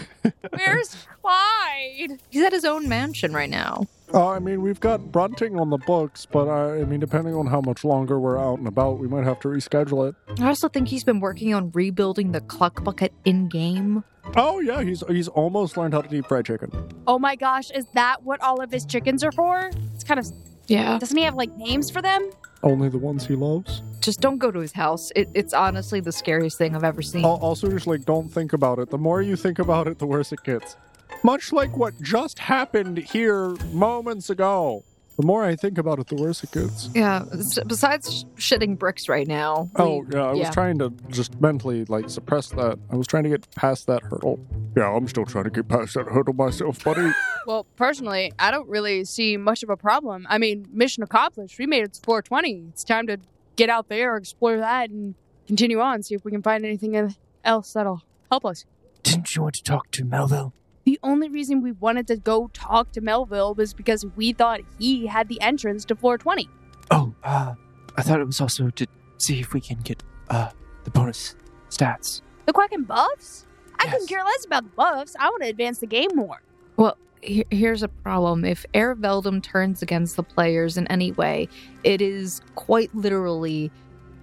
Speaker 2: Where's Clyde?
Speaker 5: He's at his own mansion right now.
Speaker 3: Uh, I mean, we've got Brunting on the books, but I, I mean, depending on how much longer we're out and about, we might have to reschedule it.
Speaker 5: I also think he's been working on rebuilding the cluck bucket in game.
Speaker 3: Oh yeah, he's he's almost learned how to deep fry chicken.
Speaker 20: Oh my gosh, is that what all of his chickens are for? It's kind of.
Speaker 5: Yeah.
Speaker 20: Doesn't he have like names for them?
Speaker 3: Only the ones he loves.
Speaker 5: Just don't go to his house. It, it's honestly the scariest thing I've ever seen.
Speaker 3: Al- Also, just like don't think about it. The more you think about it, the worse it gets. Much like what just happened here moments ago. The more I think about it, the worse it gets.
Speaker 5: Yeah. s- Besides sh- shitting bricks right now. we-
Speaker 3: Oh yeah, I was
Speaker 5: yeah.
Speaker 3: trying to just mentally like suppress that. I was trying to get past that hurdle. Yeah, I'm still trying to get past that hurdle myself, buddy.
Speaker 2: Well, personally, I don't really see much of a problem. I mean, mission accomplished. We made it to 420. It's time to get out there, explore that, and continue on. See if we can find anything e- else that'll help us.
Speaker 15: Didn't you want to talk to Melville?
Speaker 2: The only reason we wanted to go talk to Melville was because we thought he had the entrance to 420.
Speaker 15: Oh, uh, I thought it was also to see if we can get uh the bonus stats.
Speaker 20: The Quack and Buffs? I
Speaker 15: Yes.
Speaker 20: couldn't care less about the Buffs. I want to advance the game more.
Speaker 5: Well, he- here's a problem. If Air Veldum turns against the players in any way, it is quite literally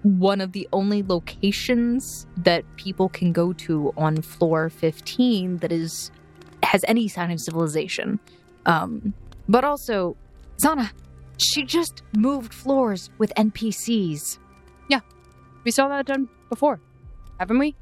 Speaker 5: one of the only locations that people can go to on floor 15 that is has any sign of civilization. Um, but also, Zana, she just moved floors with NPCs.
Speaker 2: Yeah, we saw that done before, haven't we?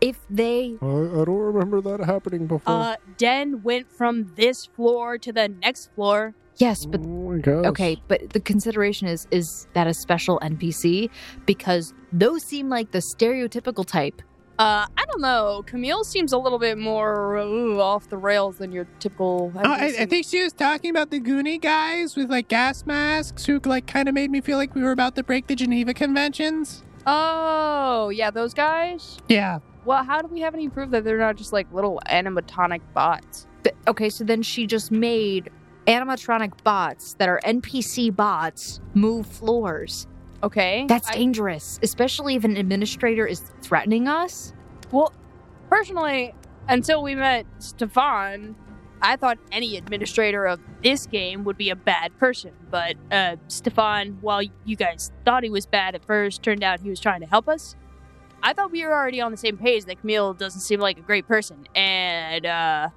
Speaker 5: If they
Speaker 16: I, I don't remember that happening before.
Speaker 7: Uh, Den went from this floor to the next floor.
Speaker 5: Yes, but
Speaker 16: Mm, I guess.
Speaker 5: okay, but the consideration is is that a special NPC because those seem like the stereotypical type.
Speaker 2: Uh, I don't know. Camille seems a little bit more ooh, off the rails than your typical.
Speaker 15: Oh, I, I think she was talking about the Goonie guys with like gas masks who like kind of made me feel like we were about to break the Geneva Conventions.
Speaker 2: Oh, yeah, those guys.
Speaker 15: Yeah.
Speaker 2: Well, how do we have any proof that they're not just like little animatronic bots?
Speaker 5: Th- Okay, so then she just made animatronic bots that are NPC bots move floors.
Speaker 2: Okay.
Speaker 5: That's
Speaker 2: I-
Speaker 5: dangerous, especially if an administrator is threatening us.
Speaker 2: Well, personally, until we met Stefan,
Speaker 7: I thought any administrator of this game would be a bad person, but uh, Stefan, while you guys thought he was bad at first, turned out he was trying to help us. I thought we were already on the same page that Camille doesn't seem like a great person, and uh,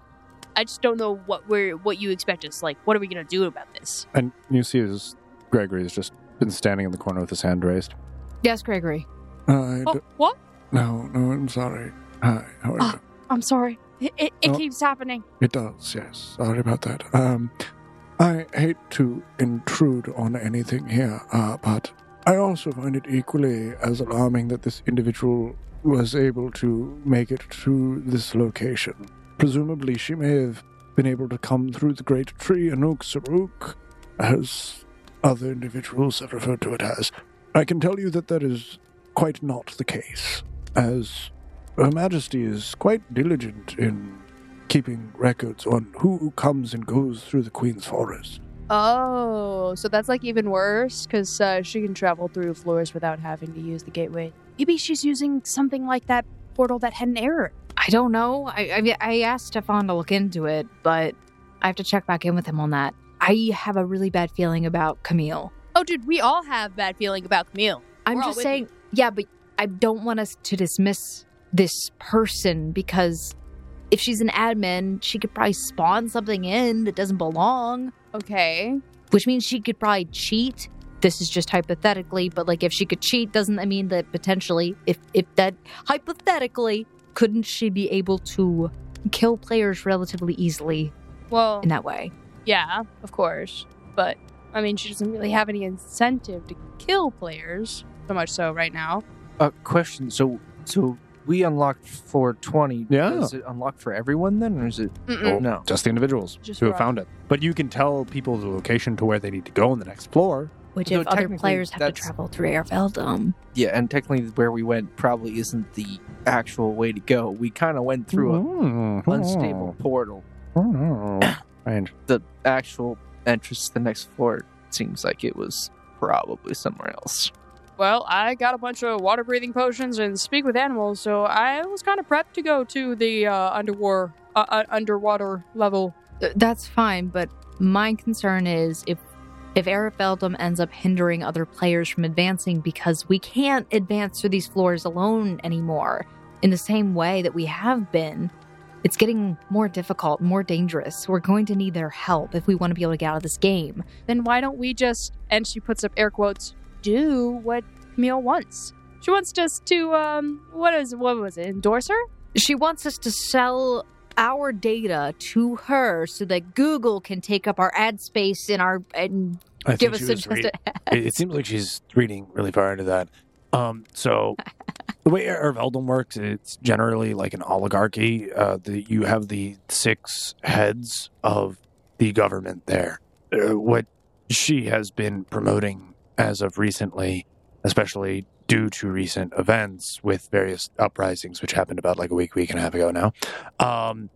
Speaker 7: I just don't know what we're what you expect us. Like, what are we gonna do about this?
Speaker 4: And you see, as Gregory has just been standing in the corner with his hand raised.
Speaker 5: Yes, Gregory.
Speaker 16: Uh, I
Speaker 2: oh,
Speaker 16: d-
Speaker 2: what?
Speaker 16: no, no, Oh, I'm sorry. Hi, how are
Speaker 2: Ah.
Speaker 16: you?
Speaker 2: I'm sorry. It, it, it
Speaker 16: No.
Speaker 2: keeps happening.
Speaker 16: It does, yes. Sorry about that. Um, I hate to intrude on anything here, uh, but I also find it equally as alarming that this individual was able to make it to this location. Presumably, she may have been able to come through the great tree, Anuk Saruk, as other individuals have referred to it as. I can tell you that that is quite not the case, as Her Majesty is quite diligent in keeping records on who comes and goes through the Queen's Forest.
Speaker 2: Oh, so that's like even worse because uh, she can travel through floors without having to use the gateway.
Speaker 7: Maybe she's using something like that portal that had an error.
Speaker 5: I don't know. I I, mean, I asked Stefan to look into it, but I have to check back in with him on that. I have a really bad feeling about Camille.
Speaker 7: Oh, dude, we all have bad feeling about Camille.
Speaker 5: I'm
Speaker 7: We're all
Speaker 5: just
Speaker 7: with
Speaker 5: saying, yeah, but I don't want us to dismiss this person because if she's an admin, she could probably spawn something in that doesn't belong,
Speaker 2: Okay.
Speaker 5: which means she could probably cheat. This is just hypothetically, but like if she could cheat, doesn't that mean that potentially, if if that hypothetically, couldn't she be able to kill players relatively easily
Speaker 2: Well,
Speaker 5: in that way?
Speaker 2: yeah, of course. But, I mean, she doesn't really have any incentive to kill players, so much so right now.
Speaker 6: Uh, question. So, so we unlocked 420.
Speaker 4: Yeah.
Speaker 6: Is it unlocked for everyone then, or is it
Speaker 2: Mm-mm.
Speaker 6: no?
Speaker 4: Just the individuals
Speaker 2: Just
Speaker 4: who
Speaker 2: for
Speaker 4: have
Speaker 2: us.
Speaker 4: found it. But you can tell people the location to where they need to go on the next floor.
Speaker 5: Which
Speaker 6: Though
Speaker 5: if other
Speaker 6: technically
Speaker 5: players have to
Speaker 6: that's-
Speaker 5: travel through Airveldum.
Speaker 6: Yeah, and technically, where we went probably isn't the actual way to go. We kind of went through a
Speaker 4: Mm,
Speaker 6: unstable portal.
Speaker 4: mm, mm.
Speaker 6: The actual entrance to the next floor seems like it was probably somewhere else.
Speaker 2: Well, I got a bunch of water breathing potions and speak with animals, so I was kind of prepped to go to the uh, underwater, uh, uh, underwater level.
Speaker 5: Th- Uh, That's fine, but my concern is if if Eric Beldum ends up hindering other players from advancing because we can't advance through these floors alone anymore in the same way that we have been. It's getting more difficult, more dangerous. We're going to need their help if we want to be able to get out of this game.
Speaker 2: Then why don't we just, and she puts up air quotes, do what Camille wants? She wants us to, um, what is, what was it, endorse her?
Speaker 5: She wants us to sell our data to her so that Google can take up our ad space in our and
Speaker 10: I
Speaker 5: give
Speaker 10: think
Speaker 5: us
Speaker 10: she was
Speaker 5: suggested
Speaker 10: It, it seems like she's reading really far into that. Um, so the way Air Veldum works, it's generally like an oligarchy. Uh, the, you have the six heads of the government there. Uh, what she has been promoting as of recently, especially due to recent events with various uprisings, which happened about like a week, week and a half ago now, um,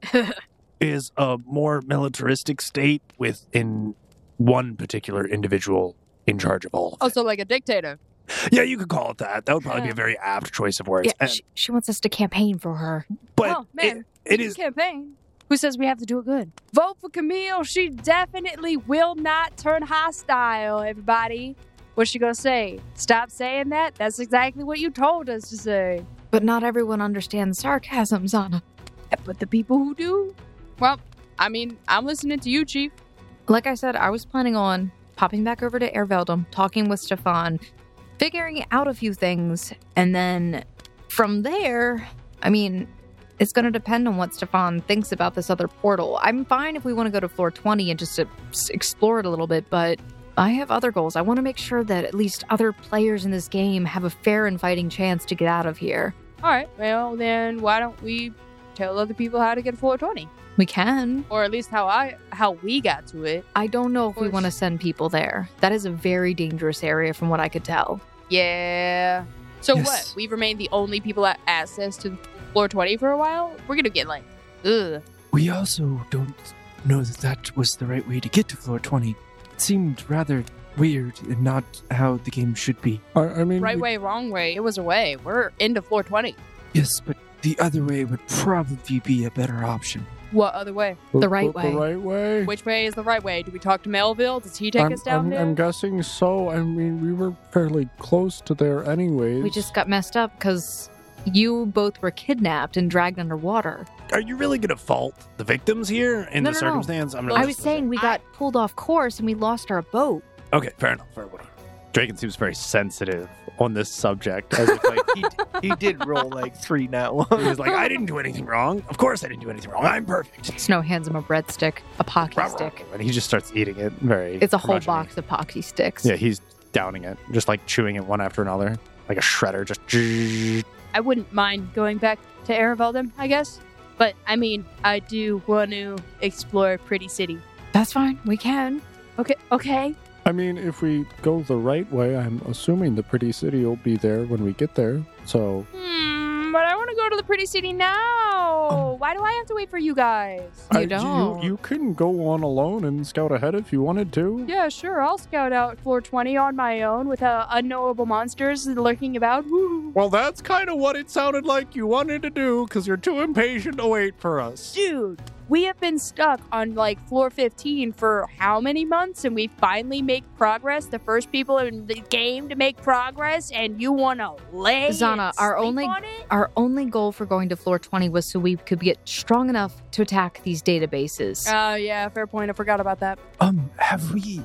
Speaker 10: is a more militaristic state within one particular individual in charge of
Speaker 5: Oh.
Speaker 10: all. of
Speaker 2: Also, Oh, like a dictator.
Speaker 10: yeah, you could call it that. That would probably be a very apt choice of words.
Speaker 5: Yeah,
Speaker 10: And-
Speaker 5: she, she wants us to campaign for her.
Speaker 10: but
Speaker 2: oh, man.
Speaker 10: it
Speaker 2: You
Speaker 10: is
Speaker 2: campaign. Who says we have to do it good? Vote for Camille. She definitely will not turn hostile, everybody. What's she gonna say? Stop saying that? That's exactly what you told us to say.
Speaker 5: But not everyone understands sarcasm, Zana.
Speaker 2: But the people who do, well, I mean, I'm listening to you, Chief.
Speaker 5: Like I said, I was planning on popping back over to Airveldom, talking with Stefan, figuring out a few things, and then from there, I mean, it's going to depend on what Stefan thinks about this other portal. I'm fine if we want to go to floor 20 and just uh, s- explore it a little bit, but I have other goals. I want to make sure that at least other players in this game have a fair and fighting chance to get out of here.
Speaker 2: All right, well, then why don't we tell other people how to get 420?
Speaker 5: We can.
Speaker 2: Or at least how I how we got to it.
Speaker 5: I don't know if we want to send people there. That is a very dangerous area from what I could tell.
Speaker 2: Yeah. So what? We remain the only people that access to floor 20 for a while? We're gonna get like, ugh.
Speaker 15: We also don't know that that was the right way to get to floor 20. It seemed rather weird and not how the game should be.
Speaker 7: I, I mean,
Speaker 2: Right way, wrong way. It was a way. We're into floor 20.
Speaker 15: yes, but the other way would probably be a better option.
Speaker 2: What other way?
Speaker 7: The right The- the way. right way.
Speaker 2: Which way is the right way? Do we talk to Melville? Does he take
Speaker 7: I'm,
Speaker 2: us down
Speaker 7: I'm,
Speaker 2: there?
Speaker 7: I'm guessing so. I mean, we were fairly close to there anyways.
Speaker 5: We just got messed up because you both were kidnapped and dragged underwater.
Speaker 23: Are you really going to fault the victims here in
Speaker 5: No,
Speaker 23: the
Speaker 5: no, no.
Speaker 23: circumstance? I'm
Speaker 5: I was saying we got pulled off course and we lost our boat.
Speaker 23: Okay, fair enough. Fair enough.
Speaker 4: Draken seems very sensitive on this subject. As if, like, he,
Speaker 15: he did roll like three now.
Speaker 23: he was like, I didn't do anything wrong. Of course I didn't do anything wrong. Oh, I'm perfect.
Speaker 5: Snow hands him a breadstick, a pocky stick.
Speaker 4: and he just starts eating it very.
Speaker 5: It's a whole
Speaker 4: curmudgeonly.
Speaker 5: box of pocky sticks.
Speaker 4: Yeah, he's downing it, just like chewing it one after another, like a shredder. Just
Speaker 2: I wouldn't mind going back to Ereveldum, I guess. But I mean, I do want to explore Pretty City.
Speaker 5: That's fine. We can.
Speaker 2: Okay, okay.
Speaker 7: I mean, if we go the right way, I'm assuming the pretty city will be there when we get there. So,
Speaker 2: Hmm, but I want to go to the Pretty City now. Why do I have to wait for you guys?
Speaker 7: Oh. I- You, you can go on alone and scout ahead if you wanted to.
Speaker 2: Yeah, sure. I'll scout out floor 20 on my own with uh, unknowable monsters lurking about. Woo.
Speaker 24: Well, that's kind of what it sounded like you wanted to do because you're too impatient to wait for us.
Speaker 2: Dude, we have been stuck on like floor 15 for how many months and we finally make progress. The first people in the game to make progress and you want to lay
Speaker 5: Zana,
Speaker 2: and
Speaker 5: our
Speaker 2: sleep
Speaker 5: only
Speaker 2: on it?
Speaker 5: our only goal for going to floor 20 was so we could get strong enough to attack these databases.
Speaker 2: Oh, yeah, fair point. I forgot about that.
Speaker 15: Um, have we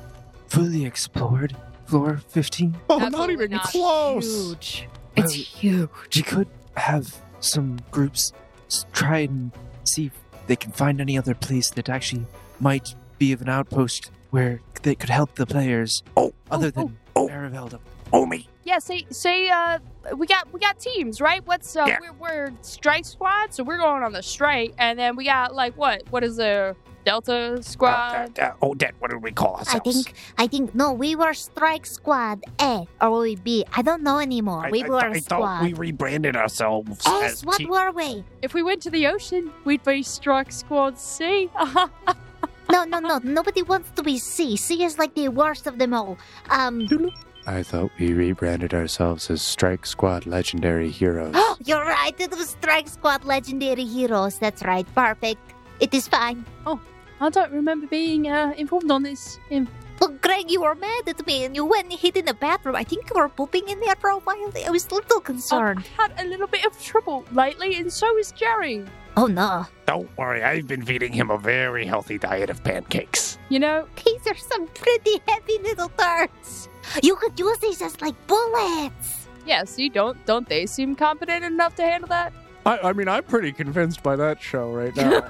Speaker 15: fully explored floor 15?
Speaker 24: Oh, not even close.
Speaker 5: Huge. It's huge.
Speaker 15: We could have some groups s- try and see if they can find any other place that actually might be of an outpost where they could help the players. Oh, other than oh,
Speaker 10: Oh, me.
Speaker 2: Yeah, say say uh we got we got teams, right? What's uh
Speaker 10: Yeah.
Speaker 2: we're, we're strike squad, so we're going on the strike and then we got like what? What is there? Delta
Speaker 10: Uh,
Speaker 2: squad?
Speaker 10: uh, oh, Dad, what did we call
Speaker 8: I
Speaker 10: ourselves?
Speaker 8: think, I think, no, we were Strike Squad A or were we B? I don't know anymore.
Speaker 10: I-
Speaker 8: we
Speaker 10: I,
Speaker 8: were
Speaker 10: I,
Speaker 8: Squad.
Speaker 10: thought we rebranded ourselves
Speaker 8: S,
Speaker 10: as
Speaker 8: what
Speaker 10: Team-
Speaker 8: were we?
Speaker 2: If we went to the ocean, we'd be strike squad C.
Speaker 8: No, no, no. Nobody wants to be C. C is like the worst of them all. Um,
Speaker 17: I thought we rebranded ourselves as Strike Squad Legendary Heroes.
Speaker 8: you're right. It was Strike Squad Legendary Heroes. That's right. Perfect. It is fine.
Speaker 2: Oh, I don't remember being uh, informed on this. In-
Speaker 8: Look, Greg, you were mad at me and you went and hid in the bathroom. I think you were pooping in there for a while. I was a little concerned.
Speaker 2: had a little bit of trouble lately, and so is Jerry.
Speaker 8: Oh, no.
Speaker 10: Don't worry, I've been feeding him a very healthy diet of pancakes.
Speaker 2: You know,
Speaker 8: These are some pretty heavy little darts. You could use these as like bullets.
Speaker 2: yeah. See, don't don't they seem competent enough to handle that?
Speaker 24: I, I mean, I'm pretty convinced by that show right now.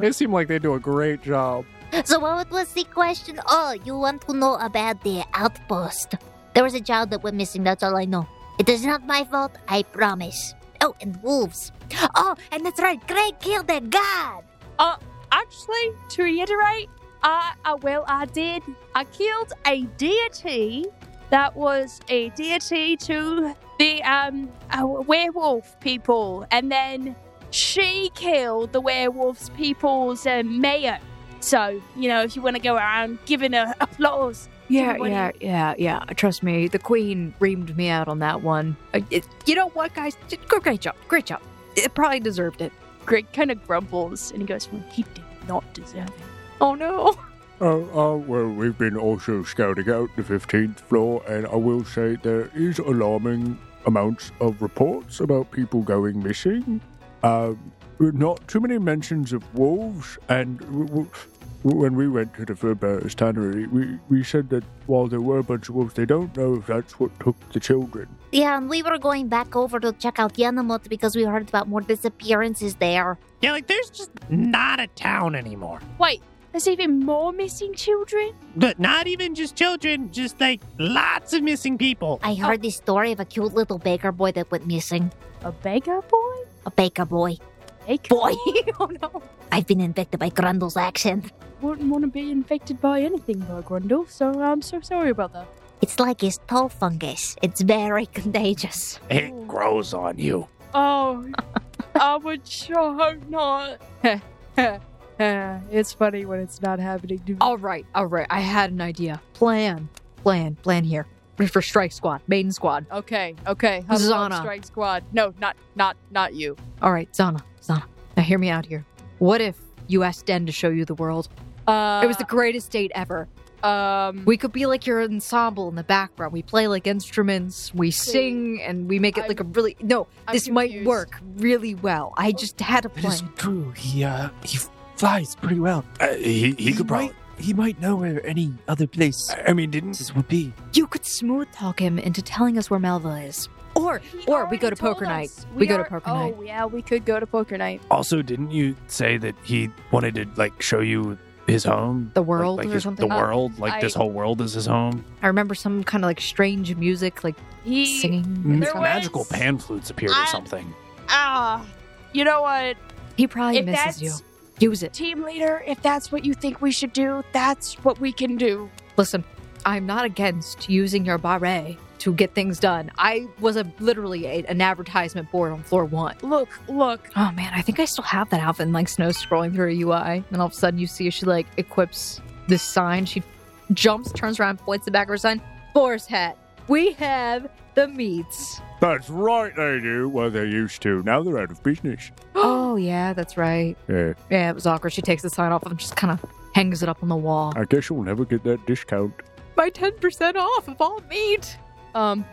Speaker 24: they seem like they do a great job.
Speaker 8: So, what was the question? Oh, you want to know about the outpost. There was a child that went missing, that's all I know. It is not my fault, I promise. Oh, and wolves. Oh, and that's right, Greg killed that god.
Speaker 2: Uh, Actually, to reiterate, I, I well, I did. I killed a deity that was a deity to the um uh, werewolf people, and then she killed the werewolves people's um, mayor. So you know, if you want to go around giving her applause,
Speaker 25: Yeah,
Speaker 2: Everybody-
Speaker 25: yeah, yeah, yeah. Trust me, the queen reamed me out on that one. Uh, it- you know what, guys? J- Great job. Great job. It probably deserved it.
Speaker 26: Greg kind of grumbles and he goes, well, he did not deserve it. Oh no.
Speaker 3: Oh, oh, well, we've been also scouting out the 15th floor, and I will say there is alarming amounts of reports about people going missing. Um, not too many mentions of wolves, and w- w- when we went to the Fur Bearers Tannery, we, we said that while there were a bunch of wolves, they don't know if that's what took the children.
Speaker 8: Yeah, and we were going back over to check out Yanamut because we heard about more disappearances there.
Speaker 10: Yeah, like there's just not a town anymore.
Speaker 26: Wait, there's even more missing children?
Speaker 10: But not even just children, just like lots of missing people.
Speaker 8: I
Speaker 26: Oh.
Speaker 8: heard this story of a cute little baker boy that went missing.
Speaker 26: A baker boy?
Speaker 8: A baker boy.
Speaker 26: Baker
Speaker 8: Boy.
Speaker 26: oh no.
Speaker 8: I've been infected by Grundle's accent.
Speaker 26: Wouldn't want to be infected by anything by Grundle, so I'm so sorry about that.
Speaker 8: It's like his toe fungus. It's very contagious.
Speaker 10: It grows on you.
Speaker 2: Oh, I would sure hope not. it's funny when it's not happening to me.
Speaker 5: All right, all right. I had an idea. Plan, plan, plan here. For Strike Squad, Maiden Squad.
Speaker 2: Okay, okay. Huddle up,
Speaker 5: Zana.
Speaker 2: Strike squad. No, not, not, not you.
Speaker 5: All right, Zana, Zana. Now hear me out here. What if you asked Den to show you the world?
Speaker 2: Uh,
Speaker 5: it was the greatest date ever.
Speaker 2: um.
Speaker 5: We could be like your ensemble in the background. We play like instruments, we sing, and we make it like a really. No,
Speaker 2: I'm
Speaker 5: this might
Speaker 2: confused. Oh,
Speaker 5: work really well. I just had a
Speaker 15: It is
Speaker 5: plan.
Speaker 15: true. He uh, he flies pretty well.
Speaker 3: Uh, he, he could probably.
Speaker 15: might, he might know where any other place
Speaker 3: I mean, didn't.
Speaker 15: this would be.
Speaker 5: You could smooth talk him into telling us where Melva is. Or
Speaker 26: He
Speaker 5: or we go
Speaker 26: already
Speaker 5: to poker
Speaker 26: told
Speaker 5: night.
Speaker 26: us.
Speaker 5: We, go to
Speaker 26: are-
Speaker 5: poker
Speaker 2: oh
Speaker 5: night.
Speaker 2: yeah, we could go to poker night.
Speaker 4: Also, didn't you say that he wanted to like show you his home,
Speaker 5: The
Speaker 4: Like-
Speaker 5: world
Speaker 4: like,
Speaker 5: or
Speaker 4: his-
Speaker 5: something?
Speaker 4: The
Speaker 2: Uh,
Speaker 4: world, like this
Speaker 2: I-
Speaker 4: whole world is his home.
Speaker 5: I remember some kind of like strange music, like
Speaker 2: He
Speaker 5: singing.
Speaker 2: There
Speaker 4: Magical
Speaker 2: was-
Speaker 4: pan flutes appeared
Speaker 26: I-
Speaker 4: or something.
Speaker 26: Ah,
Speaker 2: You know what?
Speaker 5: He probably
Speaker 26: if
Speaker 5: misses
Speaker 26: that's
Speaker 5: you. Use it.
Speaker 26: team leader, if that's what you think we should do, that's what we can do.
Speaker 5: Listen, I'm not against using your barre to get things done. I was a literally a, an advertisement board on floor one.
Speaker 2: Look, look.
Speaker 5: Oh man, I think I still have that outfit. And like Snow scrolling through her UI, and all of a sudden you see she like equips this sign. She jumps, turns around, points the back of her sign. Boar's hat. We have the meats.
Speaker 3: That's right, they do. Well, they used to. Now they're out of business.
Speaker 5: oh yeah, that's right.
Speaker 3: Yeah,
Speaker 5: Yeah, it was awkward. She takes the sign off and just kind of hangs it up on the wall.
Speaker 3: I guess you'll never get that discount.
Speaker 5: My ten percent off of all meat.
Speaker 2: Um,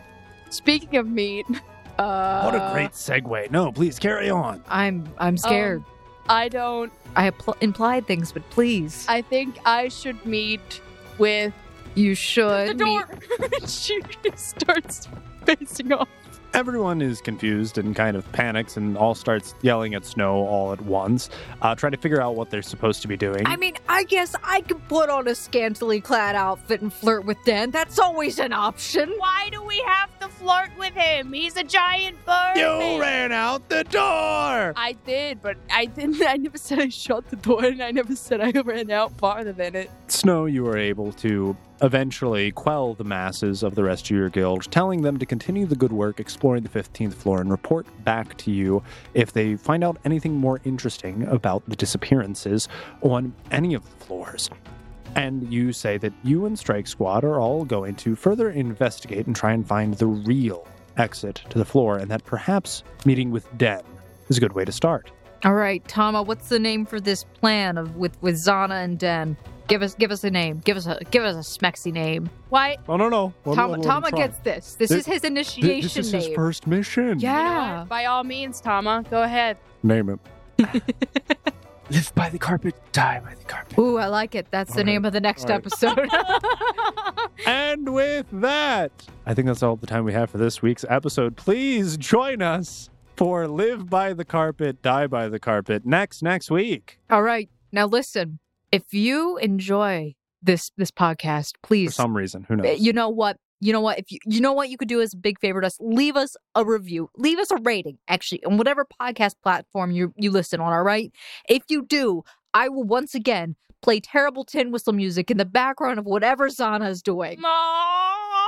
Speaker 2: speaking of meat, uh,
Speaker 4: What a great segue. No, please carry on.
Speaker 5: I'm I'm
Speaker 2: um,
Speaker 5: scared.
Speaker 2: I don't.
Speaker 5: I apl- implied things, but please,
Speaker 2: I think I should meet with
Speaker 5: you should.
Speaker 2: the
Speaker 5: meet-
Speaker 2: door. she starts facing off.
Speaker 4: Everyone is confused and kind of panics and all starts yelling at Snow all at once, uh, trying to figure out what they're supposed to be doing.
Speaker 5: I mean, I guess I could put on a scantily clad outfit and flirt with Dan. That's always an option.
Speaker 26: Why do we have to flirt with him? He's a giant bird.
Speaker 27: You ran out the door!
Speaker 2: I did, but I didn't. I never said I shut the door, and I never said I ran out farther than it.
Speaker 4: Snow, you were able to eventually quell the masses of the rest of your guild, telling them to continue the good work exploring the 15th floor and report back to you if they find out anything more interesting about the disappearances on any of the floors. And you say that you and Strike Squad are all going to further investigate and try and find the real exit to the floor, and that perhaps meeting with Den is a good way to start.
Speaker 5: All right, Tama, what's the name for this plan of with with Zana and Den? Give us give us a name. Give us a give us a smexy name. Why?
Speaker 4: Oh, no, no.
Speaker 5: Tama, Tama gets this. This is his initiation
Speaker 3: Th- this is
Speaker 5: name.
Speaker 3: his first mission.
Speaker 2: You know
Speaker 5: yeah.
Speaker 2: what? By all means, Tama, go ahead.
Speaker 3: Name it.
Speaker 15: Live by the carpet, die by the carpet.
Speaker 5: Ooh, I like it. That's the name of the next
Speaker 3: All right.
Speaker 5: episode.
Speaker 4: And with that, I think that's all the time we have for this week's episode. Please join us for Live by the Carpet, Die by the Carpet next next week.
Speaker 5: All right. Now listen. If you enjoy this this podcast,
Speaker 4: For
Speaker 5: please
Speaker 4: some reason, who
Speaker 5: Uh,
Speaker 4: knows?
Speaker 5: you know what you know what if you you know what you could do as a big favor to us leave us a review leave us a rating actually on whatever podcast platform you you listen on all right if you do i will once again play terrible tin whistle music in the background of whatever zana is doing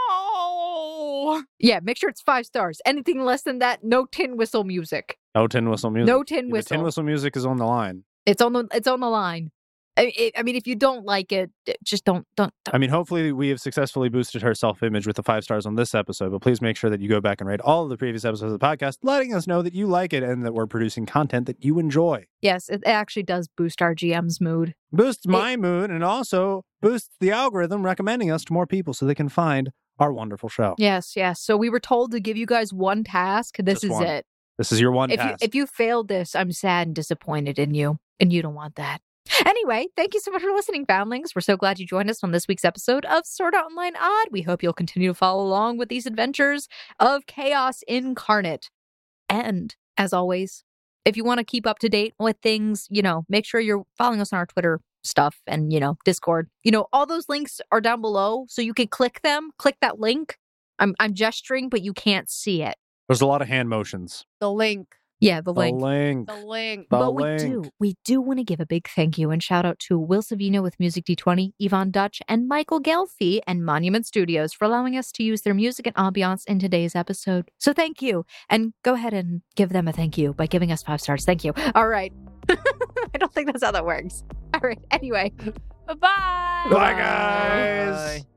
Speaker 2: No.
Speaker 5: yeah make sure it's five stars anything less than that no tin whistle music
Speaker 4: No tin whistle music.
Speaker 5: no tin
Speaker 4: The
Speaker 5: whistle
Speaker 4: tin whistle music is on the line.
Speaker 5: it's on the it's on the line I, I- I mean, if you don't like it, eh, just don't, don't, don't.
Speaker 4: I mean, hopefully, we have successfully boosted her self image with the five stars on this episode, but please make sure that you go back and rate all of the previous episodes of the podcast, letting us know that you like it and that we're producing content that you enjoy.
Speaker 5: Yes, it actually does boost our GM's mood.
Speaker 4: Boosts my mood and also boosts the algorithm recommending us to more people so they can find our wonderful show.
Speaker 5: Yes, yes. So we were told to give you guys one task. This
Speaker 4: Just
Speaker 5: is
Speaker 4: one.
Speaker 5: it.
Speaker 4: This is your one
Speaker 5: if
Speaker 4: task.
Speaker 5: you if you fail this, I'm sad and disappointed in you, and you don't want that. Anyway, thank you so much for listening, Foundlings. We're so glad you joined us on this week's episode of Sword Art Online Odd. We hope you'll continue to follow along with these adventures of chaos incarnate. And as always, if you want to keep up to date with things, you know, make sure you're following us on our Twitter stuff and, you know, Discord. You know, all those links are down below, so you can click them, click that link. I'm I'm gesturing, but you can't see it.
Speaker 4: There's a lot of hand motions.
Speaker 15: The link.
Speaker 5: Yeah, the
Speaker 4: The
Speaker 5: link.
Speaker 4: link.
Speaker 15: The link.
Speaker 4: The
Speaker 5: but
Speaker 4: link.
Speaker 5: we do, we do want to give a big thank you and shout out to Will Savino with Music D20, Yvonne Dutch, and Michael Gelfi and Monument Studios for allowing us to use their music and ambiance in today's episode. So thank you. And go ahead and give them a thank you by giving us five stars. Thank you. All right. I don't think that's how that works. All right. Anyway.
Speaker 2: Bye bye.
Speaker 4: Bye, guys.